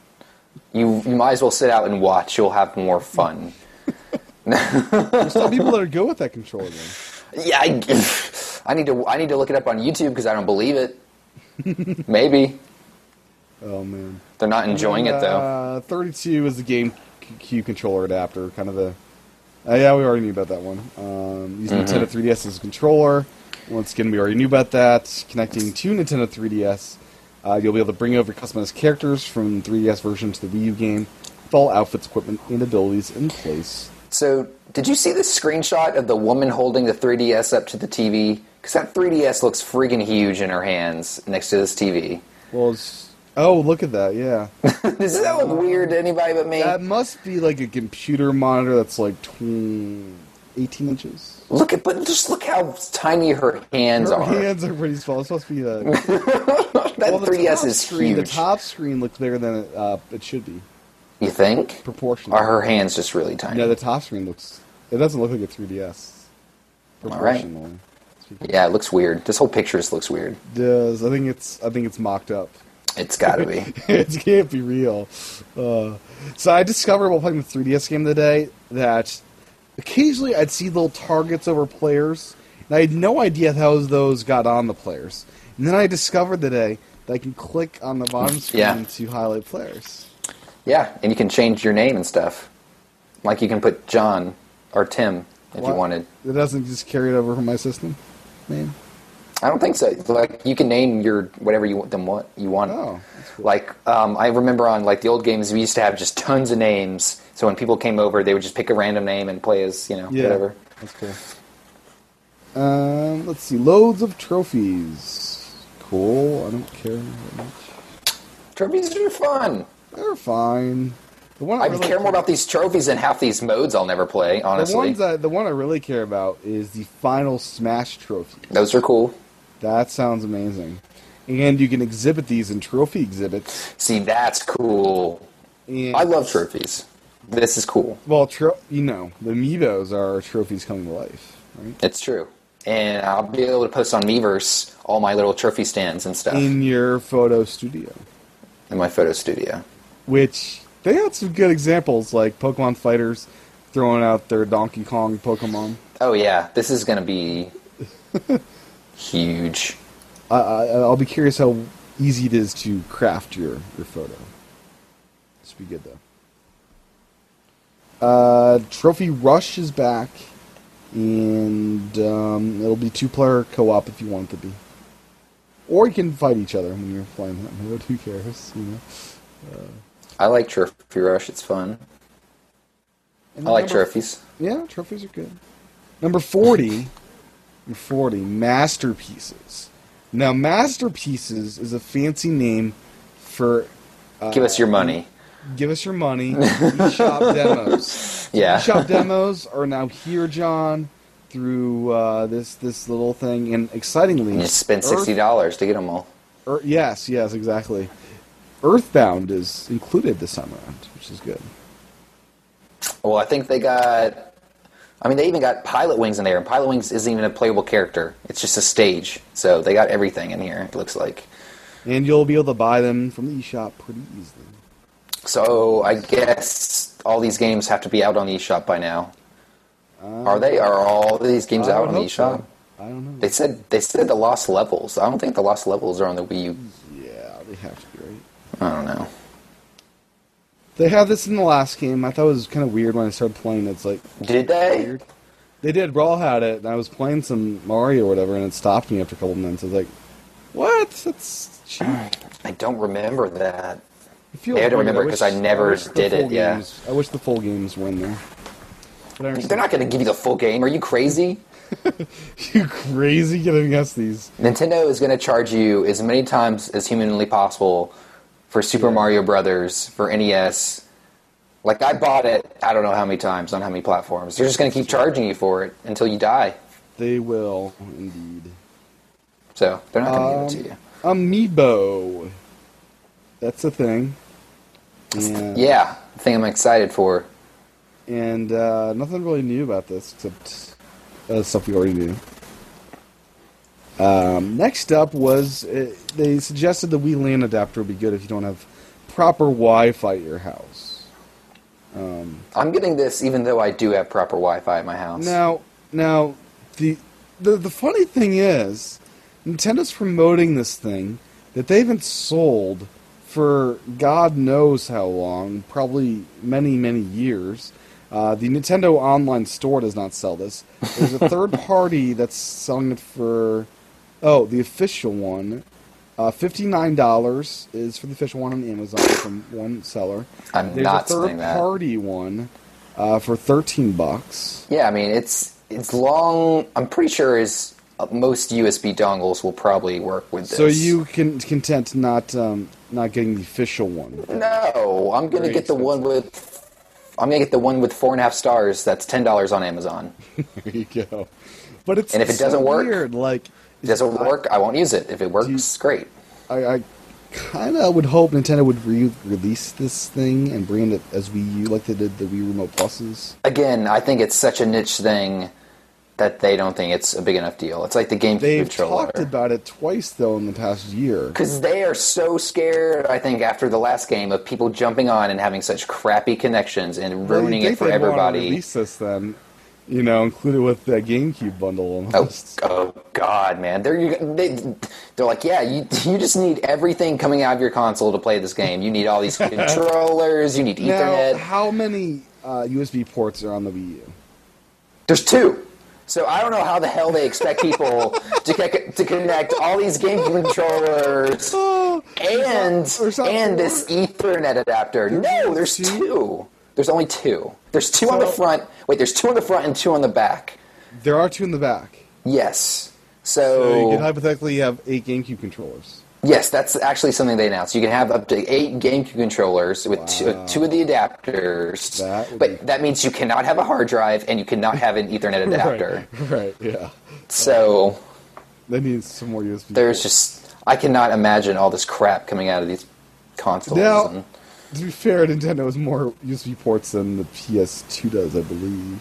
You you might as well sit out and watch. You'll have more fun. There's still people that are good with that controller. Then. Yeah, I, <sighs> I need to. I need to look it up on YouTube because I don't believe it. <laughs> Maybe Oh man. they're not enjoying it though. Uh, 32 is the GameCube controller adapter, kind of the. Uh, yeah, we already knew about that one. Um, using Mm-hmm. Nintendo 3DS as a controller. Once again, we already knew about that. Connecting to Nintendo 3DS, uh, you'll be able to bring over customized characters from the 3DS version to the Wii U game, with all outfits, equipment, and abilities in place. So, did you see this screenshot of the woman holding the 3DS up to the TV? Because that 3DS looks freaking huge in her hands next to this TV. Well, it's, oh, look at that! Yeah, <laughs> Does that look weird to anybody but me? that must be like a computer monitor that's like 20, 18 inches. look at, but just look how tiny her hands Her are. hands are pretty small. It's supposed to be uh, a that Well, the 3DS top is screen, The huge. top screen looks bigger than it, uh, it should be you think? proportionally. Are her hands just really tiny? no, the top screen looks. It doesn't look like a 3DS. right. Proportionally, speaking. yeah, it looks weird. This whole picture just looks weird. does I think it's I think it's mocked up. <laughs> It's got to be. it can't be real. Uh, so I discovered while playing the 3DS game today that occasionally I'd see little targets over players, and I had no idea how those got on the players. And then I discovered today that I can click on the bottom screen Yeah. to highlight players. yeah, and you can change your name and stuff. Like you can put John or Tim if Why- you wanted. It doesn't just carry it over from my system, man. I don't think so. Like you can name your whatever you want them what you want. Oh, that's cool. Like um, I remember on like the old games we used to have just tons of names. So when people came over, they would just pick a random name and play as you know whatever. That's cool. Um, let's see. Loads of trophies. Cool. I don't care that much. Trophies are fun. They're fine. The one I really care more about these trophies than half these modes I'll never play. the Honestly, ones that the one I really care about is the final Smash trophy. those are cool. That sounds amazing. And you can exhibit these in trophy exhibits. See, that's cool. And, I love trophies. This is cool. Well, tro- you know, the amiibos are trophies coming to life, right? It's true. And I'll be able to post on Meverse all my little trophy stands and stuff In your photo studio, in my photo studio. which they had some good examples, like Pokemon Fighters throwing out their Donkey Kong Pokemon. Oh yeah, this is <laughs> gonna be huge. I, I, Uh, I'll be curious how easy it is to craft your, your photo. This would be good, though. Uh, Trophy Rush is back, and um, it'll be two player co op if you want it to be. Or you can fight each other when you're playing that mode. <laughs> Who cares? You know? I like Trophy Rush. It's fun. And I like number- trophies. Yeah, trophies are good. Number 40, number 40, Masterpieces. Now, Masterpieces is a fancy name for Give us uh, your money. Give us your <laughs> money. eShop demos. Yeah. eShop demos are now here, John, through uh, this this little thing. And excitingly, And <laughs> you spend Earth- sixty dollars to get them all. Ear- yes, yes, exactly. Earthbound is included this time around, which is good. Well, I think they got. I mean, they even got Pilot Wings in there, and Pilot Wings isn't even a playable character. It's just a stage. So they got everything in here. It looks like. And you'll be able to buy them from the eShop pretty easily. So I guess all these games have to be out on the eShop by now. are they? Are all these games Uh, I out would on the hope eShop? so. I don't know. They said they said the lost levels. I don't think the lost levels are on the Wii U. Yeah, they have to be right. I don't know. They had this in the last game. I thought it was kind of weird when I started playing. It's like, Did they? weird. They did. Raw had it, and I was playing some Mario or whatever, and it stopped me after a couple minutes. I was like, "What? That's cheap." I don't remember that. It feels Yeah, I don't weird. remember 'cause I wish- never wish the did it, full yeah. games- I wish the full games were in there. But I They're not going to give you the full game. Are you crazy? you crazy getting us these. Nintendo is going to charge you as many times as humanly possible for Super Mario Brothers for NES. Like I bought it, I don't know how many times on how many platforms. They're just going to keep charging you for it until you die. They will indeed. So they're not going to give it to you. Um, Amiibo. That's a thing. And, Yeah, the thing I'm excited for. And uh, nothing really new about this except uh, stuff we already knew. Um, next up was uh, they suggested the Wii LAN adapter would be good if you don't have proper Wi-Fi at your house. I'm getting this even though I do have proper Wi-Fi at my house. Now, now the the the funny thing is, Nintendo's promoting this thing that they haven't sold for God knows how long, probably many many years. Uh, the Nintendo online store does not sell this. There's a <laughs> third party that's selling it for, oh, the official one. Uh, $59 is for the official one on Amazon from one seller. I'm There's not a third selling that. party one uh, for 13 bucks. Yeah, I mean it's it's long. I'm pretty sure is uh, most USB dongles will probably work with this. So you can content not um, not getting the official one. <laughs> No, I'm gonna Very get the one with. I'm gonna get the one with four and a half stars. That's ten dollars <laughs> on Amazon. There you go. But it's And if it so doesn't work- weird. Like If it doesn't work, I won't use it. If it works, great. I, I kind of would hope Nintendo would re-release this thing and bring it as Wii U, like they did the Wii Remote Pluses. Again, I think it's such a niche thing that they don't think it's a big enough deal. It's like the GameCube They've controller. talked about it twice though in the past year. because they are so scared, I think, after the last game of people jumping on and having such crappy connections and Well, you'd ruining think it for they'd wanna everybody. Release this then, you know, included with the GameCube bundle. Oh, Almost. oh God, man! They're you, they, they're like, yeah, you you just need everything coming out of your console to play this game. You need all <laughs> these controllers. You need now, Ethernet. how many uh, USB ports are on the Wii U? There's two. So I don't know how the hell they expect people to, co- to connect all these game controllers Uh, and There's not and four? this Ethernet adapter. No, there's two. There's only two. There's two on the So- front. Wait, there's two on the front and two on the back. There are two in the back. Yes. So you So, could hypothetically have eight GameCube controllers. yes, that's actually something they announced. You can have up to eight GameCube controllers with two, two of the adapters, That would but be- that means you cannot have a hard drive and you cannot have an Ethernet adapter. <laughs> <laughs> Right, right, yeah. So That needs some more USB. there's ports. just I cannot imagine all this crap coming out of these consoles. Now, and- to be fair, Nintendo has more USB ports than the PS2 does, I believe.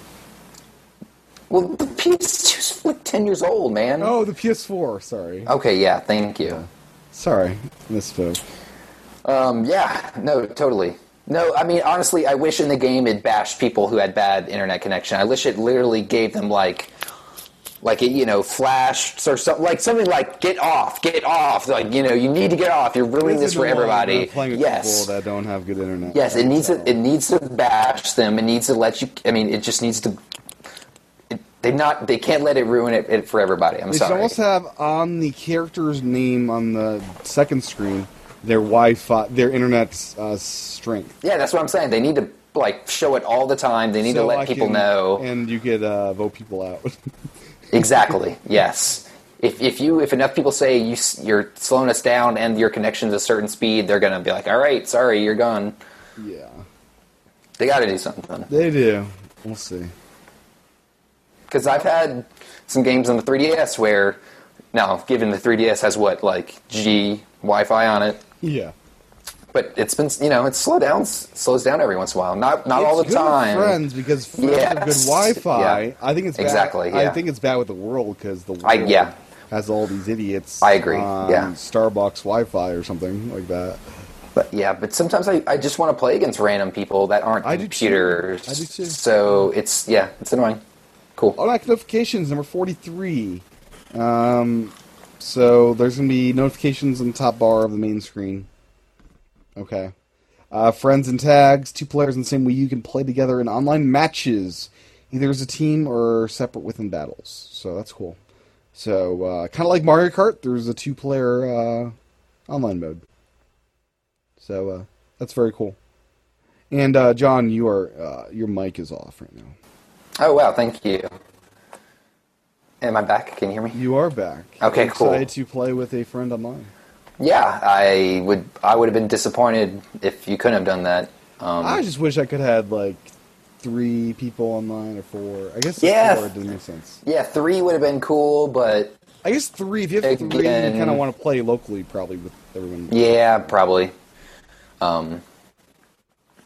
well, the PS2's like ten years old, man. Oh, the PS4. Sorry, Okay, yeah, thank you. sorry, misspoke. Um, yeah, no, totally. No, I mean honestly, I wish in the game it bashed people who had bad internet connection. I wish it literally gave them like, like it, you know, flashed or something like something like "get off, get off." Like you know, you need to get off. You're ruining this for Isn't it annoying, everybody. uh, Playing with Yes, people that don't have good internet. Yes, it needs So- to, it needs to bash them. It needs to let you. I mean, it just needs to. It, they not they can't let it ruin it, it for everybody. I'm They should sorry. almost have on the character's name on the second screen their Wi-Fi, their internet's uh, strength. yeah, that's what I'm saying. They need to like show it all the time. They need to So let I people can- know and you could uh, vote people out. <laughs> exactly. Yes. If, if you if enough people say you s- you're slowing us down and your connection's a certain speed, they're gonna be like, all right, sorry, you're gone. yeah, They got to do something. they do. We'll see. Because I've had some games on the 3DS where now, given the 3DS has what like G Wi-Fi on it, Yeah, but it's been you know it slow down slows down every once in a while not not It's all the good with time Friends, because friends have good Yes. Wi-Fi. Yeah. I think it's bad- Exactly, I yeah. think it's bad with the world because the world I- yeah. has all these idiots. I agree, on yeah. Starbucks Wi-Fi or something like that. but yeah but sometimes i, I just want to play against random people that aren't I do too. computers I do too. so it's yeah it's annoying cool Automatic notifications number forty-three. Um, so there's gonna be notifications on the top bar of the main screen. Okay. Uh, friends and tags. Two players in the same Wii U can play together in online matches, either as a team or separate within battles. So that's cool. So uh, kind of like Mario Kart, there's a two-player uh, online mode. So uh, that's very cool. And uh, John, you are uh, your mic is off right now. oh wow thank you am i back can you hear me You are back. Okay, I'm cool. Excited to play with a friend online. yeah i would i would have been disappointed if you couldn't have done that um, I just wish I could have like three people online or four. I guess it's Yeah. four doesn't make sense. yeah three would have been cool but I guess three. If you have three, Again. you kind of want to play locally, probably with everyone. yeah probably um,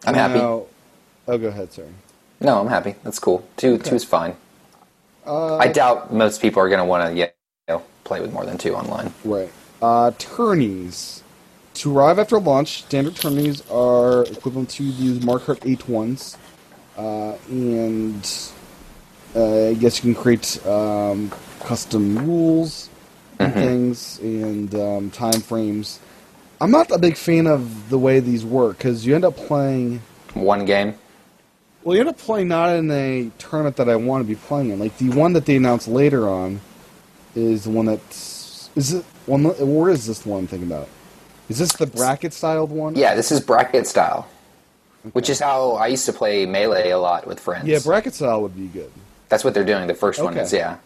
i'm happy Now- oh, go ahead. Sorry. No, I'm happy. That's cool. Two, two is fine. I doubt most people are going to want to you know, play with more than two online. Right. Uh, tourneys. To arrive after launch, standard tourneys are equivalent to these Mark Kart 8 ones. Uh, and uh, I guess you can create um, custom rules and things and um, time frames. I'm not a big fan of the way these work because you end up playing. One game. Well, you end up playing not in a tournament that I want to be playing in. Like the one that they announced later on is the one that's is it one or is this the one I'm thinking about? Is this the bracket styled one? Yeah, this is bracket style, which is how I used to play Melee a lot with friends. Yeah, bracket style would be good. That's what they're doing. The first one Okay. is, yeah.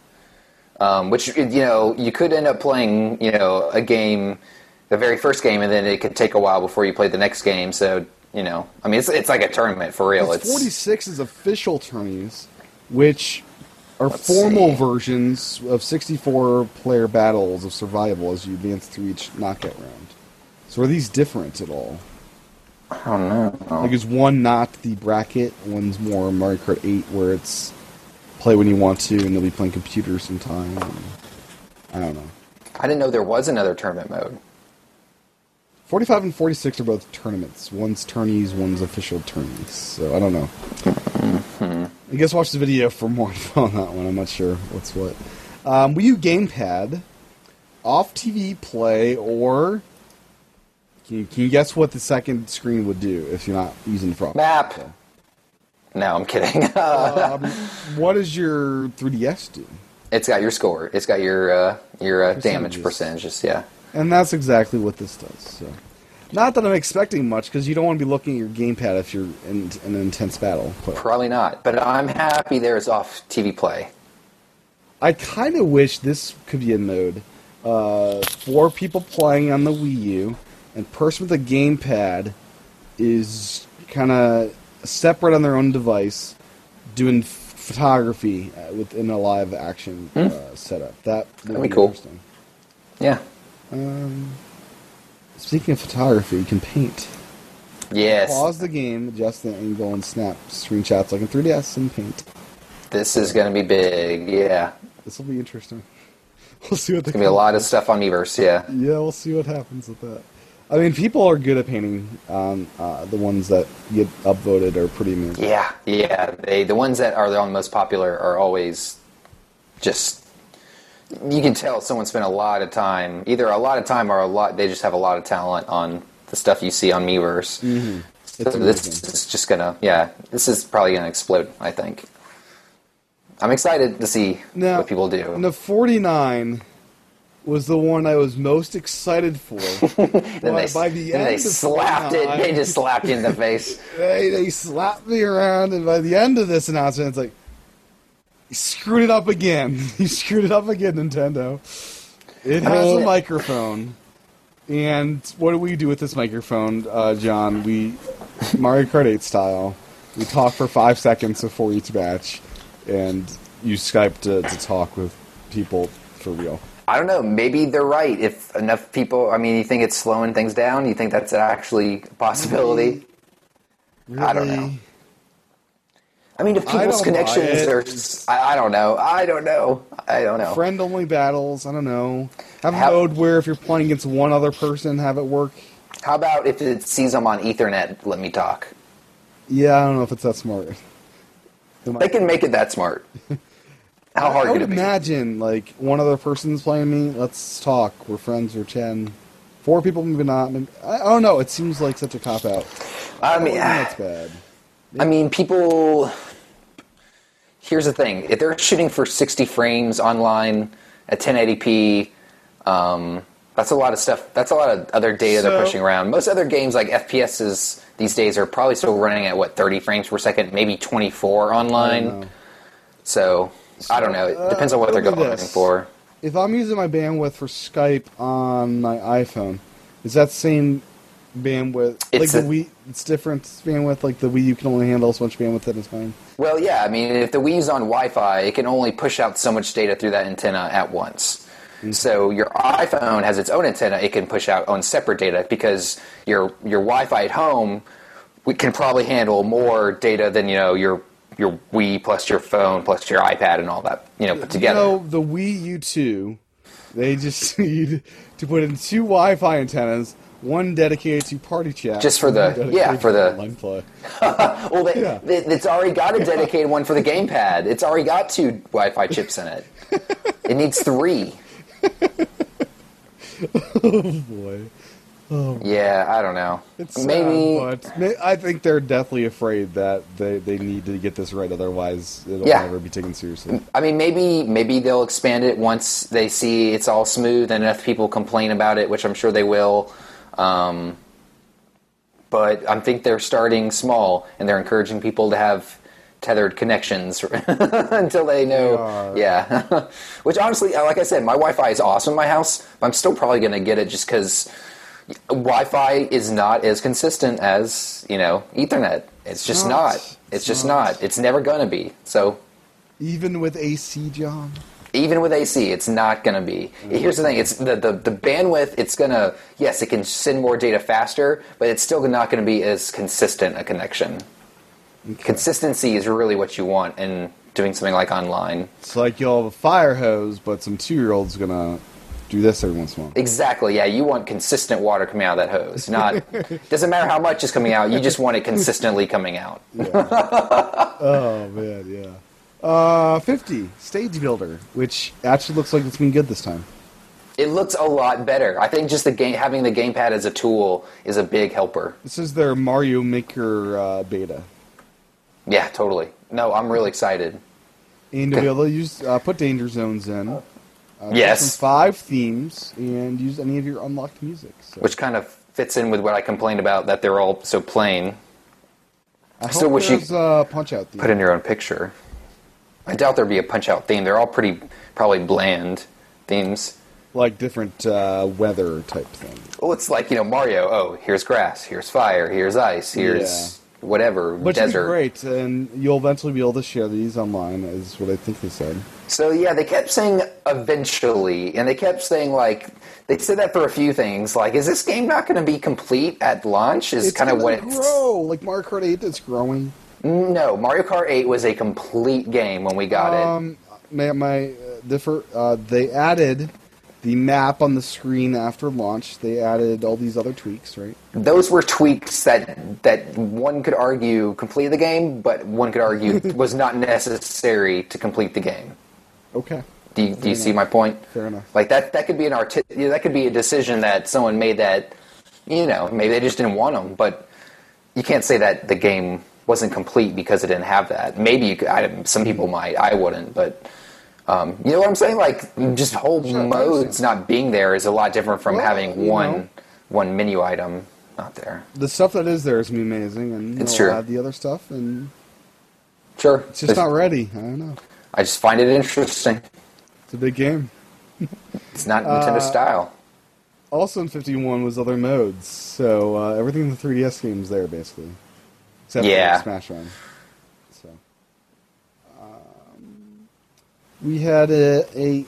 Um, which, you know, you could end up playing, you know, a game, the very first game, and then it could take a while before you play the next game. So, you know, I mean, it's, it's like a tournament for real. It's 46 is official tourneys, which are formal see. versions of 64 player battles of survival as you advance through each knockout round. So are these different at all? I don't know. Like, is one not the bracket? One's more Mario Kart 8, where it's play when you want to, and you'll be playing computer sometime. and- I don't know. I didn't know there was another tournament mode. 45 and 46 are both tournaments. One's tourneys, one's official tourneys. So I don't know. I guess watch the video for more info on that one. I'm not sure what's what. Um, Wii U gamepad, off TV play, or can you, can you guess what the second screen would do if you're not using the frog? Map. No, I'm kidding. <laughs> Um, what does your 3DS do? it's got your score. It's got your uh, your uh, damage Percentages. percentages. Yeah. And that's exactly what this does. So, not that I'm expecting much because you don't want to be looking at your gamepad if you're in, in an intense battle. But Probably not, but I'm happy there is off TV play. I kind of wish this could be a mode. Uh, four people playing on the Wii U, and person with a gamepad is kind of separate on their own device, doing f- photography uh, within a live action uh, setup. That would Hmm. That'd be cool. interesting. Yeah, Speaking of photography, you can paint. yes, Pause the game, adjust the angle, and snap screenshots like in 3DS and paint. this is going to be big. Yeah, This will be interesting. <laughs> We'll see what they going to be a lot of stuff on Miiverse. Yeah, Yeah, we'll see what happens with that. I mean, people are good at painting. Um, uh, the ones that get upvoted are pretty amazing. yeah, yeah. They the ones that are the most popular are always just you can tell someone spent a lot of time, either a lot of time or a lot. They just have a lot of talent on the stuff you see on Miiverse. Mm-hmm. So It's this amazing. is just gonna, yeah, this is probably gonna explode. I think. I'm excited to see Now, what people do. Now, 49 was the one I was most excited for. <laughs> Then By- they, by the then end they of slapped it. 49, They just slapped you in the <laughs> face. they, they slapped me around, and by the end of this announcement, it's like, you screwed it up again. <laughs> you screwed it up again, Nintendo. It I has mean- a microphone. And what do we do with this microphone, uh, John? We, Mario Kart 8 style, we talk for five seconds before each match, and you Skype to, to talk with people for real. I don't know. Maybe they're right. If enough people, I mean, you think it's slowing things down? You think that's actually a Mm. possibility? I don't know. Really? I mean, if I people's don't buy connections it. are, I, I don't know. I don't know. I don't know. friend only battles. I don't know. Have a How- mode where if you're playing against one other person, have it work. How about if it sees them on Ethernet? Let me talk. Yeah, I don't know if it's that smart. Am I- They can make it <laughs> that smart. How hard I could would it be? imagine like one other person's playing me. Let's talk. We're friends. We're chatting. Four people, maybe not. Maybe, I I don't know. It seems like such a cop out. I I mean, think that's bad. I mean, people. Here's the thing: if they're shooting for 60 frames online at 1080p, um, that's a lot of stuff. That's a lot of other data So- they're pushing around. Most other games, like FPSs these days, are probably still running at what 30 frames per second, maybe 24 online. know. so, I don't know. It depends on what they're look at going this. for. If I'm using my bandwidth for Skype on my iPhone, is that same bandwidth like It's the a- Wii? It's different bandwidth. Like the Wii, you can only handle so much bandwidth at a time. Well, yeah. I mean, if the Wii's on Wi-Fi, it can only push out so much data through that antenna at once. So your iPhone has its own antenna; it can push out on separate data because your your Wi-Fi at home we can probably handle more data than you know your your Wii plus your phone plus your iPad and all that you know put together. You know, the Wii U two, they just <laughs> need to put in two Wi-Fi antennas, one dedicated to party chat, Just for and the- one dedicated yeah, for the- online play. well, they, yeah. they- it's already got a dedicated one for the gamepad. It's already got two Wi-Fi chips in it. it needs three. boy. Yeah, I don't know. It's Maybe. sad, but may- I think they're deathly afraid that they, they need to get this right, otherwise it'll Yeah. Mm. never be taken seriously. I mean, maybe maybe they'll expand it once they see it's all smooth and enough people complain about it, which I'm sure they will. Um, but I think they're starting small and they're encouraging people to have tethered connections <laughs> until they know. are. yeah, <laughs> which honestly, uh, like I said, my Wi-Fi is awesome in my house. But I'm still probably going to get it just because Wi-Fi is not as consistent as you know Ethernet. It's just not. not. It's, It's just not. not. It's never going to be. So Even with AC, John. even with AC, it's not going to be. Here's the thing: it's the, the the bandwidth. It's gonna yes, it can send more data faster, but it's still not going to be as consistent a connection. Consistency is really what you want in doing something like online. It's like you'll have a fire hose, but some two-year-old's gonna do this every once in a while. Exactly. Yeah, you want consistent water coming out of that hose. Not doesn't matter how much is coming out. You just want it consistently coming out. <laughs> Oh man, yeah. Uh, fifty stage builder, which actually looks like it's been good this time. It looks a lot better. I think just the game having the gamepad as a tool is a big helper. This is their Mario Maker uh, beta. Yeah, totally. No, I'm really excited. And you'll be able to use uh, put danger zones in. Uh, choose Yes. from five themes and use any of your unlocked music. So Which kind of fits in with what I complained about that they're all so plain. I hope so was she- there's a punch out theme. Put in your own picture. I doubt there'd be a punch out theme. They're all pretty probably bland themes. like different uh, weather type thing. Well, it's like you know Mario. Oh, here's grass. Here's fire. Here's ice. Here's whatever Which desert. is great, and you'll eventually be able to share these online, is what I think they said. So yeah, they kept saying eventually, and they kept saying like they said that for a few things. Like, is this game not going to be complete at launch? Is kind of gonna what it's. grow like Mario Kart 8 is growing. No, Mario Kart 8 was a complete game when we got it. Um, my, my uh, differ, uh, they added the map on the screen after launch. They added all these other tweaks, right? Those were tweaks that that one could argue completed the game, but one <laughs> could argue was not necessary to complete the game. Okay, Do you, do you see my point? fair enough. Like that that could be an arti- you know, that could be a decision that someone made that you know maybe they just didn't want them, but you can't say that the game wasn't complete because it didn't have that. Maybe you could, I, some Mm-hmm. people might, I wouldn't, but um, you know what I'm saying? Like just whole Sure, I modes understand. not being there is a lot different from Well, having you one know. one menu item not there. The stuff that is there is amazing, and It's they'll true. add the other stuff, and Sure, it's just not ready. I don't know. I just find it interesting. It's a big game. It's not Uh, Nintendo style. Also in 51 was other modes, so uh, everything in the 3DS game is there, basically. Except Yeah. for Smash Run. So, um, we had a, a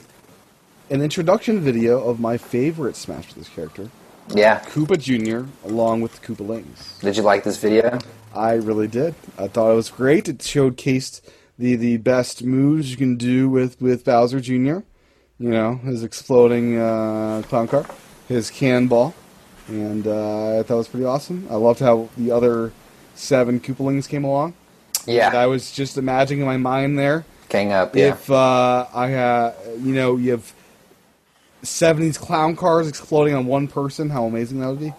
an introduction video of my favorite Smash Brothers character, Yeah. Koopa Jr., along with the Koopalings. Did you like this video? I really did. I thought it was great. It showcased the, the best moves you can do with, with Bowser Jr. You know, his exploding uh, clown car, his can ball. And uh, I thought it was pretty awesome. I loved how the other seven Koopalings came along. Yeah. And I was just imagining in my mind there Gang up. Yeah. if uh, I, uh, you know, you have 70s clown cars exploding on one person, how amazing that would be.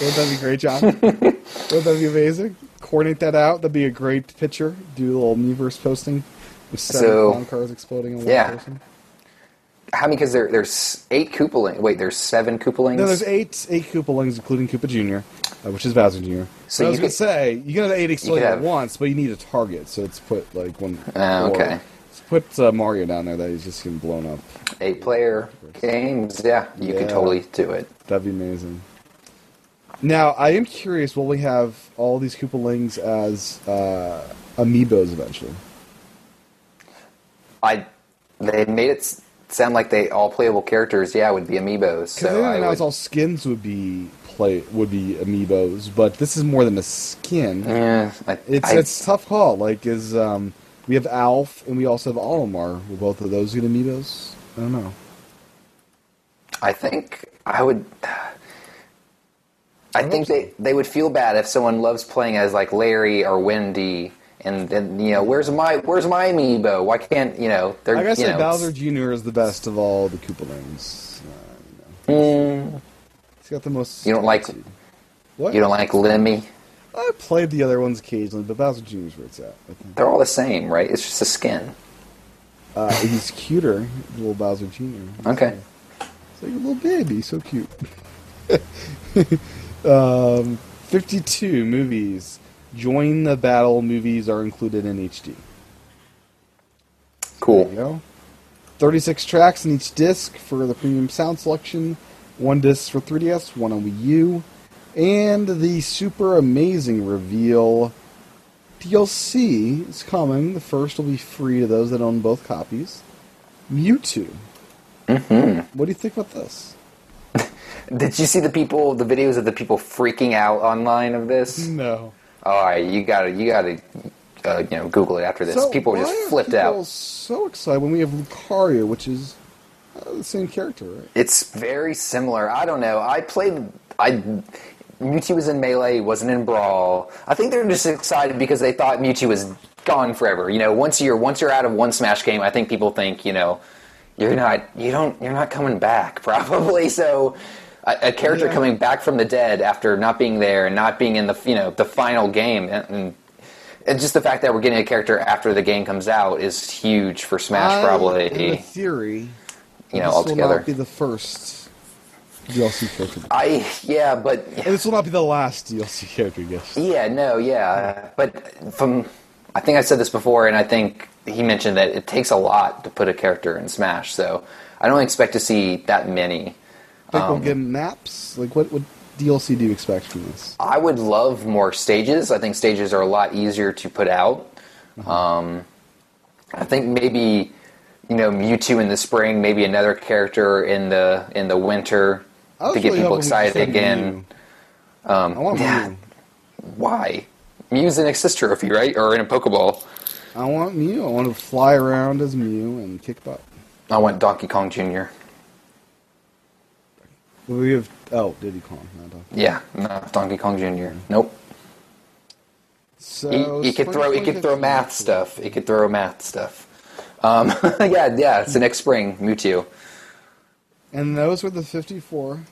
Wouldn't that be great, <laughs> John? Wouldn't that be amazing? Coordinate that out. That'd be a great picture. Do a little Miiverse posting with seven So- clown cars exploding on one Yeah. person. How many? Because there, there's eight Koopalings. Wait, there's seven Koopalings. No, there's eight eight Koopalings, including Koopa Jr., uh, which is Bowser Jr. So So I you was going could- to say, you can have eight exploding could at have- once, but you need a target, so it's put like one. Ah, or- okay. let's Put uh, Mario down there that he's just getting blown up. eight player games. Yeah, you Yeah. could totally do it. That'd be amazing. Now, I am curious, will we have all these Koopalings as uh, amiibos eventually? I they made it s- sound like they all playable characters. Yeah, would be amiibos. Because So they I announced would, all skins would be play would be amiibos, but this is more than a skin. yeah, I, It's Uh, I- it's a tough call. Like, is um, we have Alf and we also have Olimar. Will both of those get amiibos? I don't know. I think I would. I think they, they would feel bad if someone loves playing as like Larry or Wendy, and then you know where's my where's my amiibo? Why can't you know? They're I gotta you say, know, Bowser Jr. is the best of all the Koopalings. Uh, you know. He's got the most. Mm. You don't like- attitude. What? You don't like Lemmy? I played the other ones occasionally, but Bowser Jr. is where it's at. I think. They're all the same, right? It's just a skin. Uh, he's cuter, little Bowser Jr. He's Okay. like- He's like a little baby, so cute. <laughs> um, 52 movies. Join the battle movies are included in HD. There you Cool. go. 36 tracks in each disc for the premium sound selection. One disc for 3DS, one on Wii U. And the super amazing reveal DLC is coming. The first will be free to those that own both copies. Mewtwo. Mm-hmm. What do you think about this? Did you see the people, the videos of the people freaking out online of this? No. All right, you gotta, you gotta, uh, you know, Google it after this. people were why just are flipped people out. So excited when we have Lucario, which is uh, the same character, right? It's very similar. I don't know. I played. I Mewtwo was in Melee, he wasn't in Brawl. I think they're just excited because they thought Mewtwo was gone forever. You know, once you're once you're out of one Smash game, I think people think you know you're not you don't you're not coming back <laughs> probably. So a, a character Yeah. coming back from the dead after not being there and not being in the you know the final game, and, and, and just the fact that we're getting a character after the game comes out is huge for Smash, I, probably. in theory, you this know, will altogether. not be the first DLC character. I yeah, but And this will not be the last DLC character, yes. yeah, no, yeah, but from I think I said this before, and I think he mentioned that it takes a lot to put a character in Smash, so I don't expect to see that many. Like, Um, we'll get maps. Like, what, what DLC do you expect from this? I would love more stages. I think stages are a lot easier to put out. Mm-hmm. Um, I think maybe you know Mewtwo in the spring, maybe another character in the in the winter I was to get really people hoping we could excited send again. Um, Mew. I want yeah. Mew. Why? Mew's an Nexus trophy, right? Or in a Pokeball. I want Mew. I want to fly around as Mew and kick butt. I want Donkey Kong Jr. We have oh Diddy Kong, not Donkey. Yeah, no, Donkey Kong Jr. Nope. So It, it could spring throw it could throw 2015. math stuff. It could throw math stuff. Um, <laughs> yeah, yeah. It's the next spring, Mewtwo. And those were the 54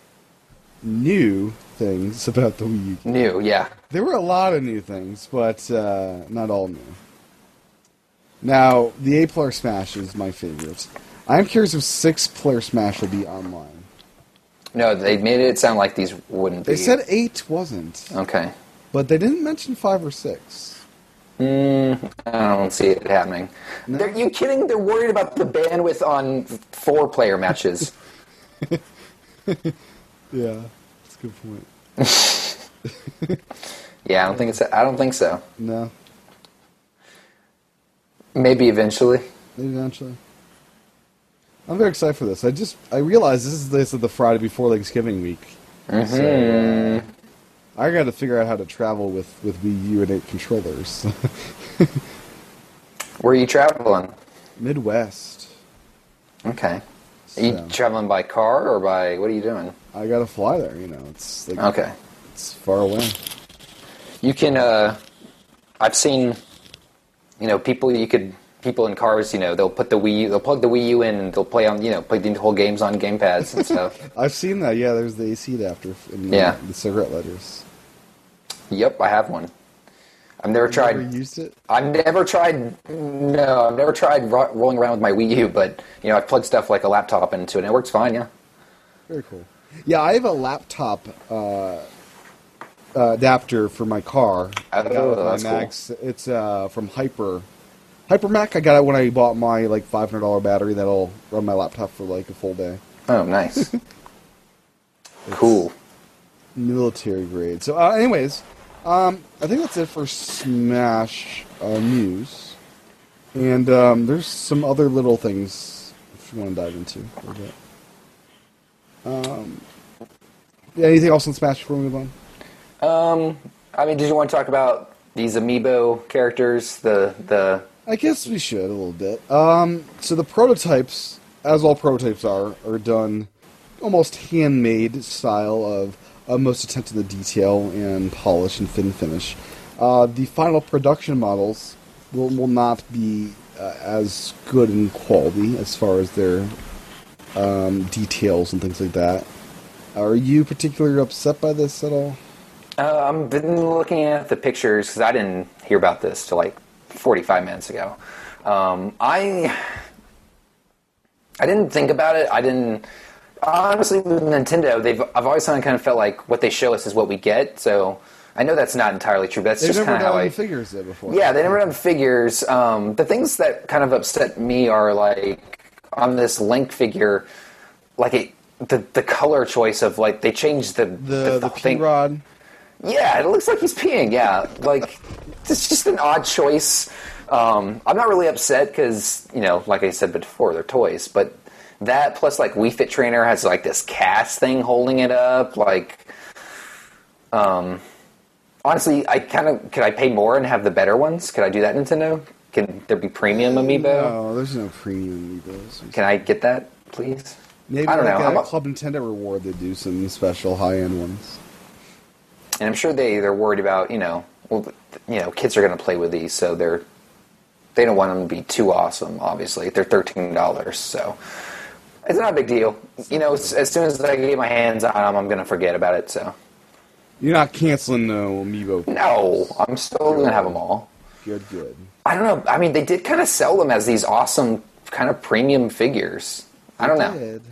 new things about the Wii U. New, yeah. There were a lot of new things, but uh, not all new. Now, the eight player Smash is my favorite. I'm curious if six player Smash will be online. No, they made it sound like these wouldn't They be. said eight wasn't, Okay. but they didn't mention five or six. I don't see it happening. Are you kidding? They're worried about the bandwidth on four <laughs> player matches. Yeah, that's a good point. Yeah, I don't think it's. I don't think so. No, Maybe eventually. Eventually. I'm very excited for this. I just I realized this is this is the Friday before Thanksgiving week. So, uh, I got to figure out how to travel with with Wii U and eight controllers. <laughs> Where are you traveling? Midwest. Okay. Are you So. traveling by car or by what are you doing? I got to fly there. You know, it's like Okay. it's far away. You can. Uh, I've seen. You know, people. You could people in cars. You know, they'll put the Wii. U, they'll plug the Wii U in and they'll play on. You know, play the whole games on gamepads and stuff. <laughs> I've seen that. Yeah, there's the AC adapter and the, Yeah. the cigarette letters. Yep, I have one. I've never tried. Never used it. I've never tried. No, I've never tried ro- rolling around with my Wii U, but you know, I've plugged stuff like a laptop into it, and it works fine. Yeah. Very cool. Yeah, I have a laptop uh, uh, adapter for my car. I got it Oh, with my that's cool. Macs. It's uh, from Hyper. HyperMac. I got it when I bought my like five hundred dollar battery that'll run my laptop for like a full day. <laughs> Oh, nice. cool. Military grade. So, uh, anyways, um, I think that's it for Smash uh, news. And um, there's some other little things if you want to dive into. a little bit. Um, yeah, anything else on Smash before we move on? I mean, did you want to talk about these amiibo characters? The the I guess we should a little bit. Um, so the prototypes, as all prototypes are, are done almost handmade style of utmost attention to detail and polish and fin finish. Uh, the final production models will, will not be uh, as good in quality as far as their um, details and things like that. Are you particularly upset by this at all? uh, I'm been looking at the pictures because I didn't hear about this till like 45 minutes ago. Um, I I didn't think about it. I didn't honestly with Nintendo. They've I've always kind of kind of felt like what they show us is what we get. So I know that's not entirely true. But that's They've just never kind of how done I figures yet before. yeah, they never done figures. Um, the things that kind of upset me are like on this Link figure, like it, the the color choice of like they changed the the the P rod. yeah, it looks like he's peeing. Yeah, like it's just an odd choice. Um, I'm not really upset because you know, like I said before, they're toys. But that plus like Wii Fit Trainer has like this cast thing holding it up. Like, um, honestly, I kind of could I pay more and have the better ones? Could I do that, Nintendo? Can there be premium amiibo? No, there's no premium amiibos. Can I get that, please? Maybe I don't like know. at I'm a a- Club Nintendo reward, they do some special high-end ones. and I'm sure they they're worried about you know well th- you know kids are going to play with these so they're they don't want them to be too awesome obviously they're thirteen dollars so It's not a big deal. You know, as, as soon as I get my hands on them, I'm going to forget about it. So, You're not canceling no amiibo. no, I'm still going to have them all. Good, good. I don't know. I mean, they did kind of sell them as these awesome kind of premium figures. I don't know. Good.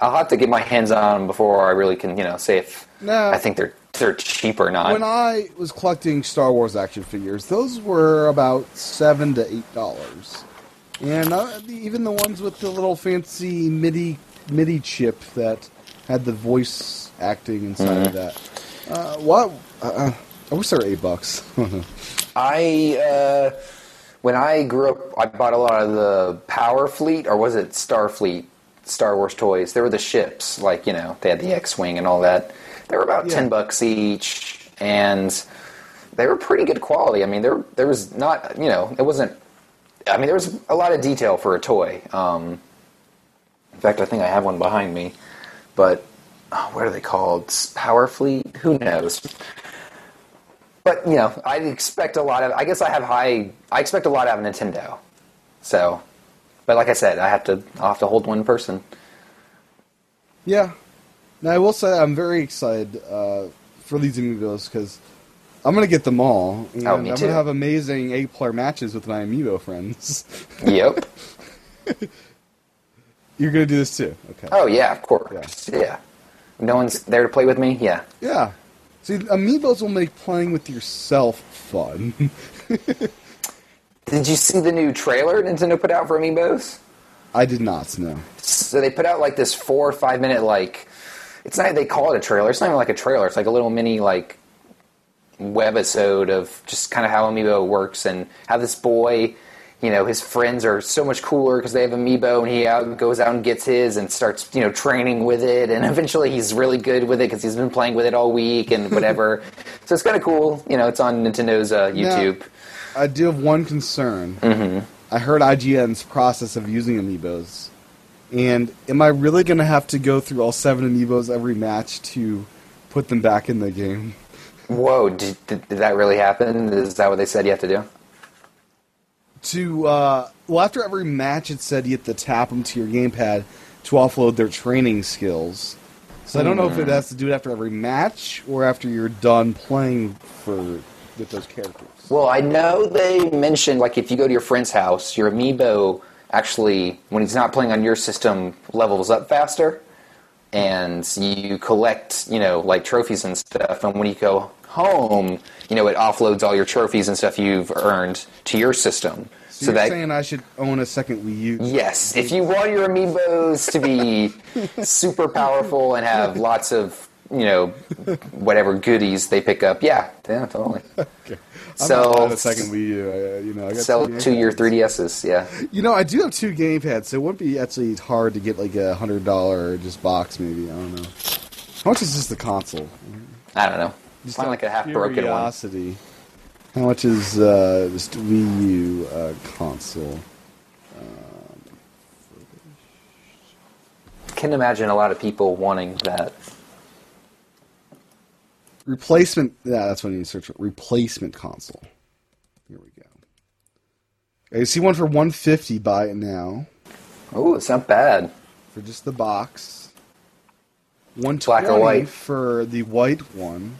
I'll have to get my hands on them before I really can, you know, say if No. I think they're they're cheap or not. When I was collecting Star Wars action figures, those were about seven to eight dollars, and uh, the- even the ones with the little fancy MIDI MIDI chip that had the voice acting Mm-hmm. inside of that. Uh, what? Uh, uh, I wish they were eight bucks. I uh, when I grew up, I bought a lot of the Power Fleet, or was it Starfleet? Star Wars toys. They were the ships, like you know, they had the X-wing and all that. They were about Yeah. ten bucks each, and they were pretty good quality. I mean, there there was not, you know, it wasn't. I mean, there was a lot of detail for a toy. Um, in fact, I think I have one behind me, but oh, what are they called? Power Fleet? Who knows? But you know, I expect a lot of. I guess I have high. I expect a lot out of Nintendo. So, but like I said, I have to. I'll have to hold one person. yeah. Now I will say I'm very excited uh, for these amiibos because I'm gonna get them all, and Oh, I'm me gonna too. have amazing eight-player matches with my amiibo friends. <laughs> Yep. You're gonna do this too, okay? <laughs> oh yeah, of course. Yeah. No one's there to play with me. Yeah. Yeah. See, amiibos will make playing with yourself fun. <laughs> Did you see the new trailer Nintendo put out for Amiibos? I did not know. So they put out like this four or five minute like. It's not. They call it a trailer. It's not even like a trailer. It's like a little mini like webisode of just kind of how amiibo works and how this boy you know his friends are so much cooler because they have amiibo and he out, goes out and gets his and starts you know training with it and <laughs> eventually he's really good with it because he's been playing with it all week and whatever so it's kind of cool you know it's on nintendo's uh, youtube Mm-hmm. I do have one concern. I heard IGN's process of using amiibos. And am I really going to have to go through all seven amiibos every match to put them back in the game? whoa did, did, did that really happen is that what they said you have to do To, uh, well, after every match, it said you have to tap them to your gamepad to offload their training skills. So I don't know if it has to do it after every match or after you're done playing for with those characters. Well, I know they mentioned like if you go to your friend's house, your amiibo actually, when he's not playing on your system, levels up faster, and you collect you know like trophies and stuff. And when you go home, you know it offloads all your trophies and stuff you've earned to your system. So, you're saying I should own a second Wii U? Mm-hmm. Yes, if you want your amiibos to <laughs> be super powerful and have lots of, you know, whatever goodies they pick up, yeah, yeah, totally. I'm not buying So a second Wii U. I, uh, you know, I got sell two two gamepads. year 3DSs, yeah. You know, I do have two gamepads, so it wouldn't be actually hard to get like a hundred dollar just box. Maybe I don't know. How much is just the console? I don't know. Just Find out like a of half broken one. curiosity. How much is uh, this Wii U uh, console? Can imagine a lot of people wanting that. Replacement. Yeah, that's what I need to search for. Replacement console. Here we go. I see one for one fifty. Buy it now Oh, it's not bad. for just the box. One Black twenty or white? Mm. for the white one.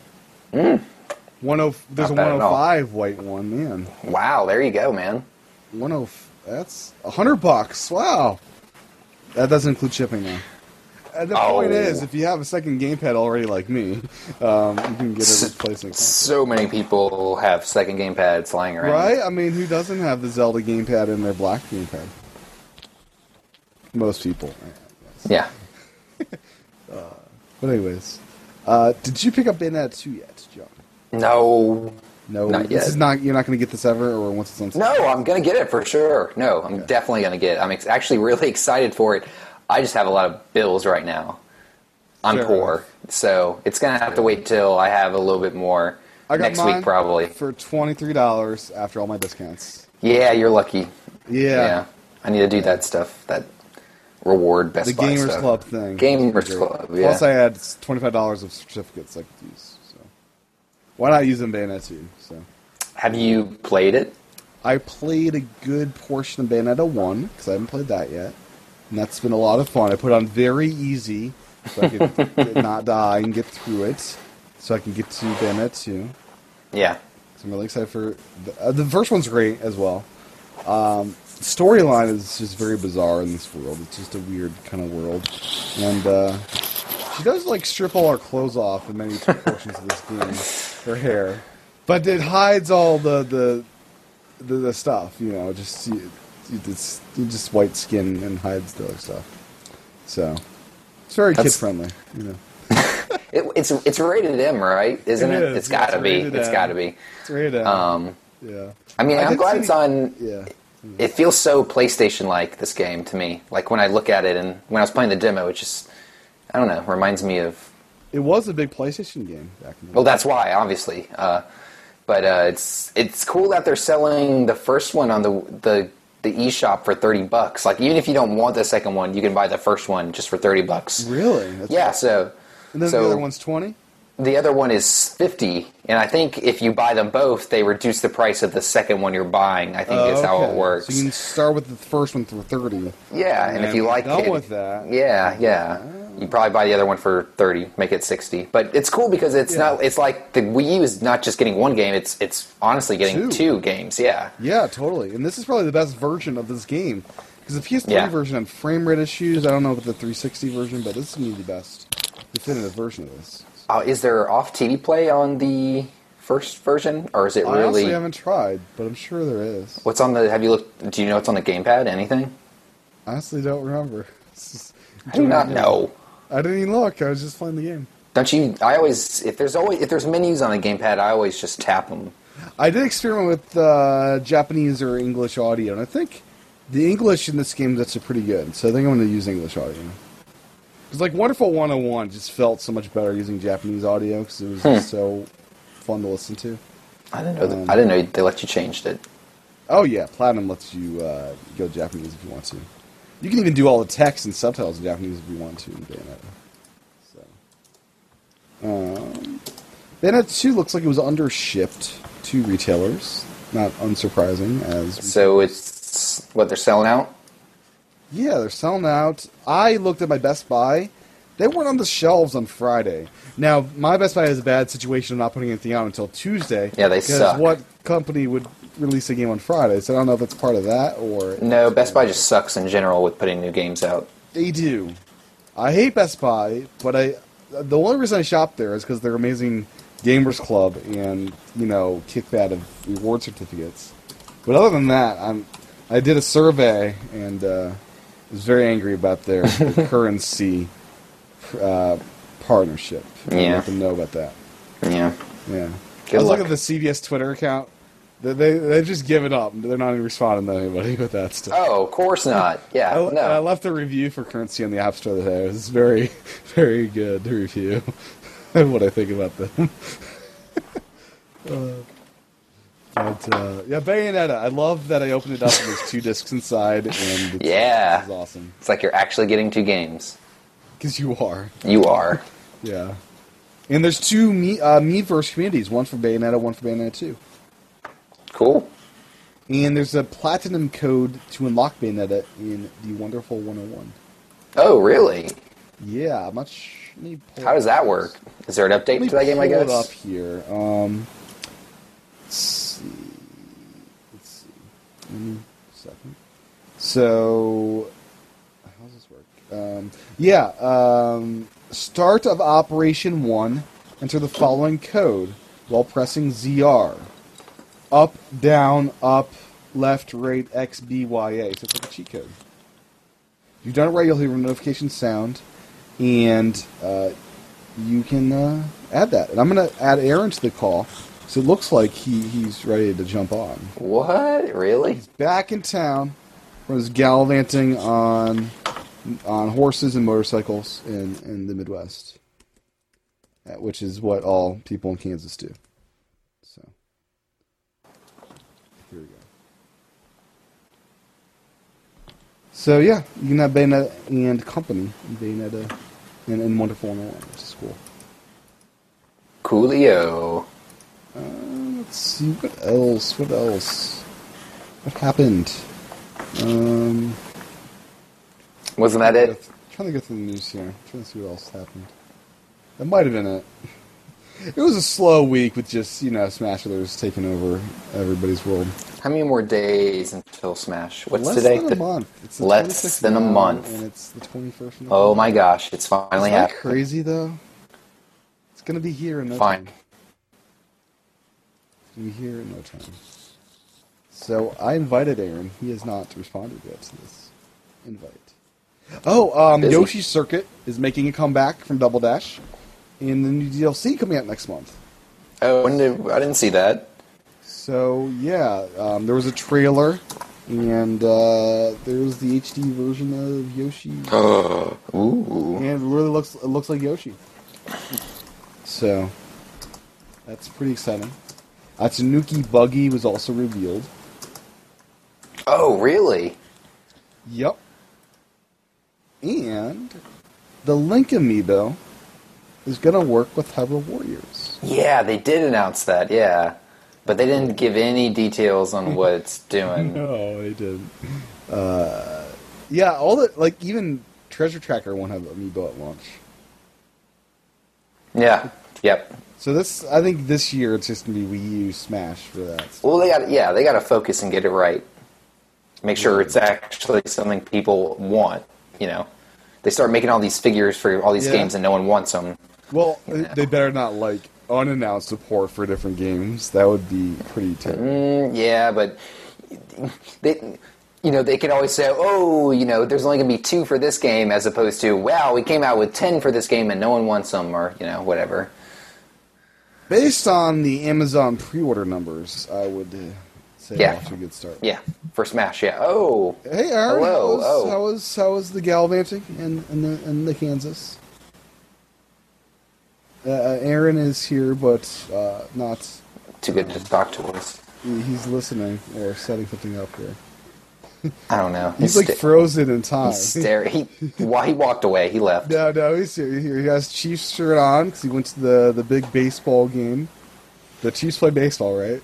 One oh. There's Not bad a at one all. oh five white one. Man, Wow, there you go, man. one oh. That's a hundred bucks. Wow. That doesn't include shipping now. And the point Oh. is, if you have a second gamepad already, like me, um, you can <laughs> get a replacement. console. So many people have second game pads lying around. Right? I mean, who doesn't have the Zelda gamepad in their black gamepad? Most people. Yeah. But anyways, uh, did you pick up Bayonetta 2 yet, John? No. No, Not this yet. is not. You're not going to get this ever, or once it's on. sale? No, I'm gonna get it for sure. No, I'm Okay. definitely gonna get it. I'm ex- actually really <laughs> excited for it. I just have a lot of bills right now. I'm Fair poor, enough. so it's gonna have to wait till I have a little bit more I got next mine week, probably. for twenty three dollars after all my discounts. Yeah, you're lucky. Yeah, I need to do that stuff. That reward Best the Buy Gamers stuff. Club thing. Gamers Great. Club. Yeah. Plus, I had twenty five dollars of certificates I could use. So why not use them Bayonetta 2? So have you played it? I played a good portion of Bayonetta 1 because I haven't played that yet. and that's been a lot of fun. I put on very easy, so I <laughs> could not die and get through it, so I can get to Bayonetta 2. Yeah. So I'm really excited for the, uh, the first one's great as well. Um, Storyline is just very bizarre in this world. It's just a weird kind of world, and uh, she does like strip all her clothes off in many portions of this game, her hair, but it hides all the the the, the stuff. You know, just you- you- it's you just white skin and hides the other stuff. So it's very kid That's- friendly. You know, It, it's it's rated M, right? Isn't It it? is, It's yeah, it's gotta be. rated It's M. gotta be. it's rated M. Um, yeah, I mean, I I am did glad see- it's on. yeah. It feels so PlayStation like this game to me. Like when I look at it and when I was playing the demo, it just I don't know reminds me of. It was a big PlayStation game back in the Well, that's why obviously. Uh, but uh, it's it's cool that they're selling the first one on the the the eShop for thirty bucks. Like even if you don't want the second one, you can buy the first one just for thirty bucks. Really? That's Yeah. So. And then so- the other one's 20? The other one is 50, and I think if you buy them both, they reduce the price of the second one you're buying. I think is how it works. Oh, So you can start with the first one through 30. yeah, and, if you like done it, with that. yeah, yeah, you probably buy the other one for 30, make it 60. But it's cool because it's Yeah. not it's like the Wii U is not just getting one game, it's it's honestly getting Two. two, games. Yeah. Yeah, totally. And this is probably the best version of this game. Because the PS3 Yeah. version had frame rate issues. I don't know about the 360 version, but this is going to be the best definitive version of this. Uh, is there off TV play on the first version or is it I honestly really haven't tried, but I'm sure there is. What's on the have you looked do you know what's on the gamepad anything? honestly don't remember. <laughs> This is- I do not know. I didn't even look. I was just playing the game. Don't you? I always if there's always if there's menus on a gamepad, I always just tap them. I did experiment with uh, Japanese or English audio, and I think the English in this game that's pretty good. So I think I'm going to use English audio. Because like Wonderful 101 just felt so much better using Japanese audio because it was just so fun to listen to. I didn't know. that I didn't know they let you change it. Oh yeah, Platinum lets you uh, go Japanese if you want to. You can even do all the text and subtitles in Japanese if you want to in Bayonetta. So, um, Bayonetta two looks like it was undershipped to retailers. Not unsurprising as So it's what they're selling out. Yeah, they're selling out. I looked at my Best Buy. They weren't on the shelves on Friday. Now, my Best Buy has a bad situation of not putting anything out until Tuesday. Yeah, they because suck. what company would release a game on Friday? So I don't know if it's part of that or... No, Best Buy just sucks in general with putting new games out. They do. I hate Best Buy, but I... The only reason I shop there is because they're amazing Gamers Club and, you know, kickback of reward certificates. But other than that, I'm... I did a survey and uh, was very angry about their <laughs> their currency uh, partnership. I Yeah. Let them know about that. Yeah. Yeah. Good I was luck. looking at the CBS Twitter account. They, they, they've just given up. They're not even responding to anybody <laughs> with that stuff. Oh, of course not. Yeah. I, Oh, no. I left a review for currency on the App Store today. It was very, <laughs> very good review. <laughs> what I think about them. <laughs> uh, but uh, yeah, Bayonetta. I love that I opened it up and there's two discs inside, and <laughs> it's, Yeah. it's awesome It's like you're actually getting two games. because you are. You are. Yeah, and there's two me uh, Miiverse communities. One for Bayonetta, one for Bayonetta two. Cool. And there's a platinum code to unlock Bayonetta in the wonderful 101. Oh, really? Yeah, much. let me pull How it does up. that work? Is there an Let update me to that game? I pull it guess. up here. Um, let's see. Let's see. Give me a second. So, how does this work? Um, yeah. Um, start of Operation One. Enter the following code while pressing ZR. Up, down, up, left, right, X, B, Y, A. So it's like a cheat code. If you've done it right, you'll hear a notification sound, and uh, you can uh, add that. And I'm going to add Aaron to the call because it looks like he, he's ready to jump on. What? Really? He's back in town from his gallivanting on on horses and motorcycles in, in the Midwest, uh, which is what all people in Kansas do. So here we go. So yeah, you can have Bayonetta and company, and Bayonetta, and, and Wonderful 101, which is cool. Coolio. Let's see what else. What else? What happened? Um, Wasn't that Yeah, it? trying to get through the news here. Trying to see what else happened. That might have been it. <laughs> It was a slow week with just you know Smash Brothers taking over everybody's world. How many more days until Smash? What's Less today? than a The- month. It's the less 26th than a now, month. and it's the twenty first. Oh my gosh, it's finally Isn't that happening. crazy though? It's gonna be here in no Fine. time. It's gonna be here in no time. So I invited Aaron. He has not responded yet to this invite. Oh, um, Busy. Yoshi Circuit is making a comeback from Double Dash in the new DLC coming out next month. Oh, when did, I didn't see that. So yeah, um, there was a trailer, and uh, there's the HD version of Yoshi. Oh. Ooh. and it really looks it looks like Yoshi. So that's pretty exciting. Uh, Tanuki Buggy was also revealed. Oh, really? Yep. And the Link amiibo is gonna work with Hyrule Warriors. Yeah, they did announce that. Yeah, but they didn't give any details <laughs> on what it's doing. No, they didn't. Uh, yeah, all the like even Treasure Tracker won't have amiibo at launch. Yeah. Yep. So this, I think, this year it's just gonna be Wii U Smash for that. Well, they got yeah, they got to focus and get it right. Make sure it's actually something people want. You know, they start making all these figures for all these Yeah. games and no one wants them. Well, they better not like unannounced support for different games. That would be pretty terrible. Yeah, but they. You know, they can always say, "Oh, you know, there's only going to be two for this game," as opposed to, "Wow, we came out with ten for this game and no one wants them," or you know, whatever. Based on the Amazon pre-order numbers, I would uh, say Yeah. off to a good start. Yeah, for Smash. Yeah. Oh, Hey, Aaron. Hello, How was, oh. how was how was the gallivanting in in the, in the Kansas? Uh, Uh, Aaron is here, but uh, not. too good to talk to us. he- He's listening or setting something up here. I don't know. He's like sta- frozen in time. he's staring. He, why he walked away. He <laughs> left. No, no, he's here. here. He has Chiefs shirt on because he went to the, the big baseball game. The Chiefs play baseball, right?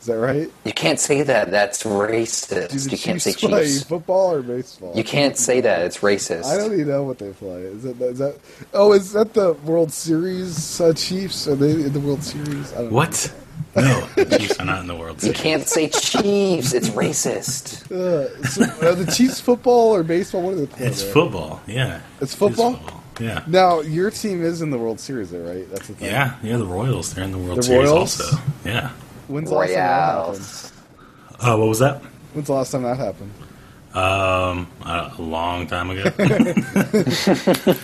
Is that right? You can't say that. That's Do racist. the You can't say Chiefs <laughs> play Chiefs. football or baseball? You can't say that. It's racist. I don't even know what they play. Is that, is that oh, is that the World Series uh, Chiefs? Are they in the World Series? I don't know. What? No, the <laughs> Chiefs are not in the World you Series. can't say Chiefs. <laughs> It's racist. Uh, so, are the <laughs> Chiefs football or baseball? What are they playing? It's right? football. Yeah. It's It is football? Yeah. Now your team is in the World Series, though, right? That's the thing. Yeah. Yeah. The Royals. They're in the World The Series Royals? also. Yeah. When's the last time that happened? Royals. Oh, what was that? When's the last time that <laughs> happened? Um, uh, a long <laughs> time ago.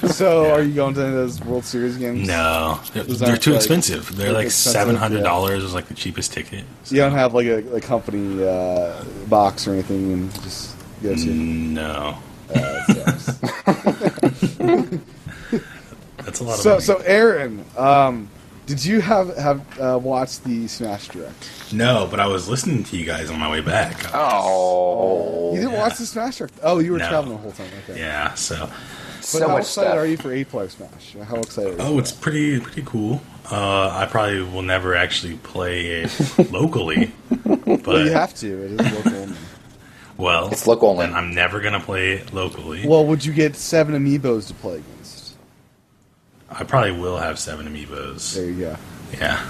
So, are you going to any of those World Series games? no, they're, Those they're aren't, too like, expensive. They're they're like expensive, seven hundred dollars was like the cheapest ticket. You don't have like a, a company uh, box or anything, and just go to. No, <laughs> Uh, so- that's a lot so, of so money. Aaron, um, did you have have uh, watched the Smash Direct? No, but I was listening to you guys on my way back. Oh, You didn't watch the Smash Direct. Oh, you were No. traveling the whole time. Okay. Yeah. So, But so how much excited stuff. are you for eight player Smash? How excited? Are you oh, it's pretty pretty cool. Uh, I probably will never actually <laughs> play it locally, Well, you but have to. It is <laughs> local. only. well, It's local only. Then I'm never gonna play it locally. well, would you get seven amiibos to play against? I probably will have seven amiibos. There you go. Yeah.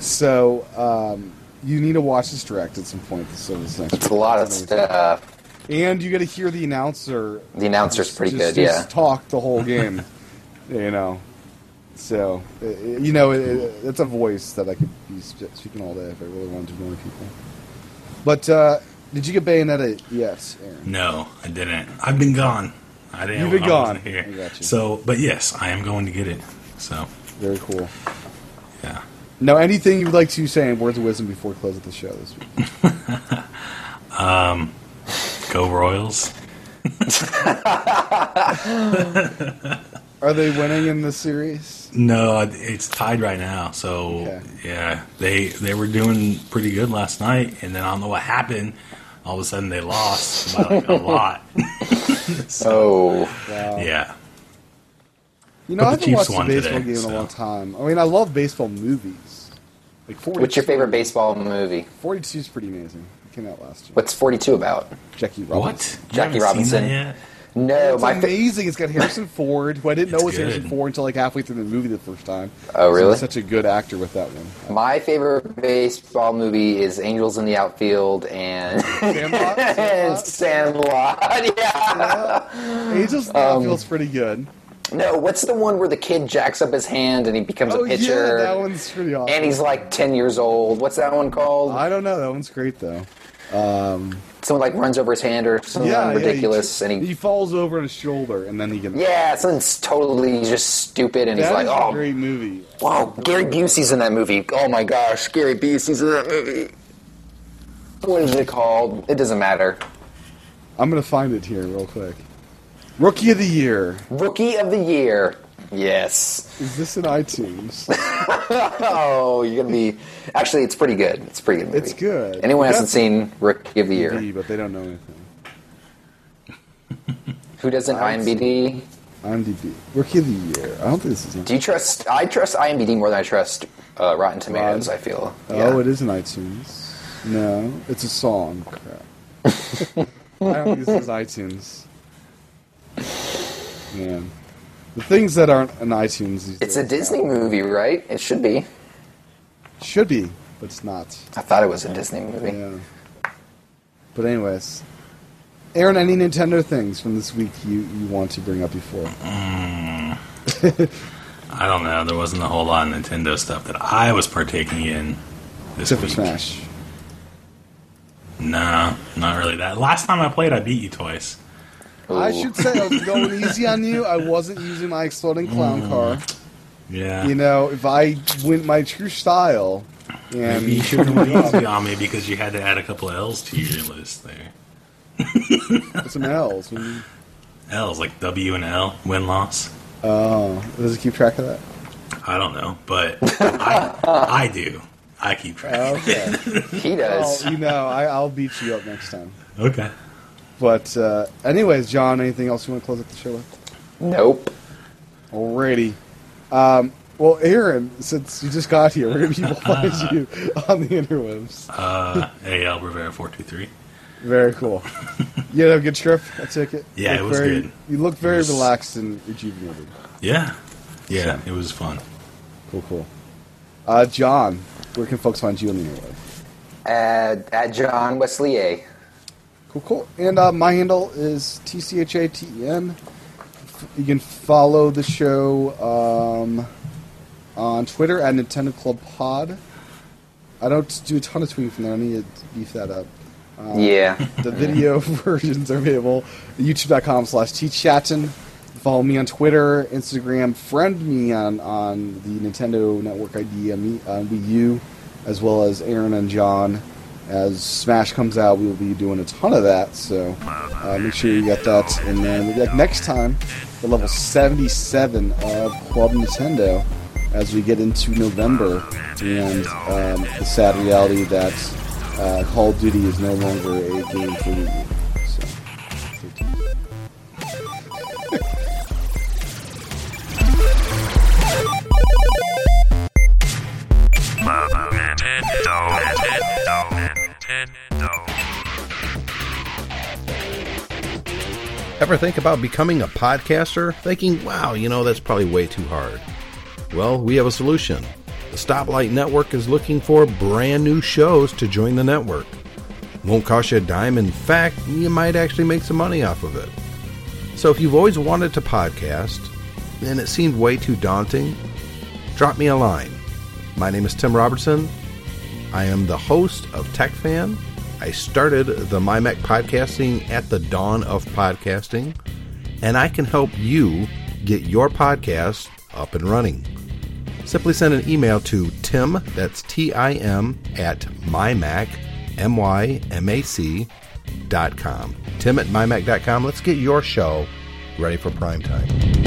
So, um, you need to watch this direct at some point. So this next. It's a lot of stuff. And you got to hear the announcer. The announcer's pretty just, good. just Yeah. talk the whole game, <laughs> you know. So i- i- you know, it, it, it's a voice that I could be sp- speaking all day if I really wanted to annoy people. But uh, did you get Bayonetta? Yes, Aaron. No, I didn't. I've been gone. I didn't. You've been I wasn't gone. I Here. got you. So, but yes, I am going to get it. So, Very cool. yeah. Now, anything you would like to say in words of wisdom before we close the show this week? Go Royals. Are they winning in the series? No, I- it's tied right now. So, Okay. yeah, they they were doing pretty good last night, and then I don't know what happened. All of a sudden, they lost by <laughs> like a lot. Oh, Wow. Yeah. You know, I But the haven't Chiefs watched a won baseball today, game in so. a long time. I mean, I love baseball movies. Like 42, what's your favorite baseball movie? 42 is pretty amazing. It came out last year. What's 42 about? Oh. Jackie Robinson. What? You Jackie haven't seen Robinson. that yet? No, it's my fa- amazing. it's got <laughs> Harrison Ford, who I didn't know It's was Harrison good. Ford until like halfway through the movie the first time. So Oh, he's really? such a good actor with that one. my favorite baseball movie is Angels in the Outfield <laughs> and Sandlot, and Sandlot, Sandlot. <laughs> Yeah. Angels um, feels pretty good. No, what's the one where the kid jacks up his hand and he becomes Oh a yeah, pitcher? that one's pretty awesome. and he's like 10 years old. What's that one called? I don't know. That one's great Um, though. Someone like runs over his hand or something Yeah, yeah, ridiculous. he, and he he, falls over on his shoulder, and then he gets. yeah, something's totally just stupid. And he's That like, is oh, a great movie. wow, Gary Busey's in that movie. Oh my gosh, Gary Busey's in that movie. What is it called? It doesn't matter. I'm gonna find it here real quick. Rookie of the Year. Rookie of the Year. Yes. Is this in iTunes? Oh, you're gonna be. Actually, it's pretty good. It's a pretty good movie. It's good. Anyone hasn't That's- seen Rookie of the Year? IMDb, but they don't know anything. Who doesn't? IMDb. IMDb. Rookie of the Year. I don't think this is. In- Do you trust? I trust IMDb more than I trust uh, Rotten Tomatoes. Rotten- I feel. Oh, it is in iTunes. No, it's a song. Crap. I don't think this is iTunes. Man, the things that aren't in iTunes. These It's a days Disney now. movie, right? It should be. Should be, but it's not. I thought it was a Disney movie. Yeah. But anyways, Aaron, any Nintendo things from this week you, you want to bring up before? I don't know. There wasn't a whole lot of Nintendo stuff that I was partaking in this Except for week. Smash. No, not really that. Last time I played, I beat you twice. I Ooh. should say I was <laughs> going easy on you. I wasn't using my exploding Mm. clown car. Yeah. You know, if I went my true style and Maybe you should have went easy on me because you had to add a couple of L's to your list there. put some L's, we- <laughs> L's like W and L, win loss. Oh, does it keep track of that? I don't know, but I, I do. I keep track. <laughs> Okay. He does. well, you know, I, I'll beat you up next time. Okay. But uh, anyways, John, anything else you want to close up the show with? Nope. Alrighty. Um, well, Aaron, since you just got here, where can people find <laughs> you on the interwebs? Uh, AL Rivera four two three. Very cool. <laughs> You had a good trip. I took it. Yeah, Looked it was very, good. You look very It was- relaxed and rejuvenated. Yeah, yeah, it was fun. Cool, cool. Uh, John, where can folks find you on the interweb? At, at John Wesley A. Cool, cool. And uh, my handle is tchatn. E You can follow the show um, on Twitter at Nintendo Club Pod. I don't do a ton of tweeting from there. I need to beef that up. Oh. yeah. The video <laughs> versions are available at youtube.com slash tchatin. Follow me on Twitter, Instagram, friend me on, on the Nintendo Network ID on, me, on Wii U, as well as Aaron and John. As Smash comes out, we will be doing a ton of that, so uh, make sure you got that. And then we'll be back next time for level 77 of Club Nintendo as we get into November and um, the sad reality that uh, Call of Duty is no longer a game for you. So, stay tuned. Ever think about becoming a podcaster? Thinking, wow, you know, that's probably way too hard. Well, we have a solution. The Stoplight Network is looking for brand new shows to join the network. Won't cost you a dime. In fact, you might actually make some money off of it. So if you've always wanted to podcast and it seemed way too daunting, drop me a line. My name is Tim Robertson. I am the host of TechFan. I started the MyMac podcasting at the dawn of podcasting, and I can help you get your podcast up and running. Simply send an email to tim, that's T-I-M, at mymac, M-Y-M-A-C, dot com. Tim at mymac.com. Let's get your show ready for prime time.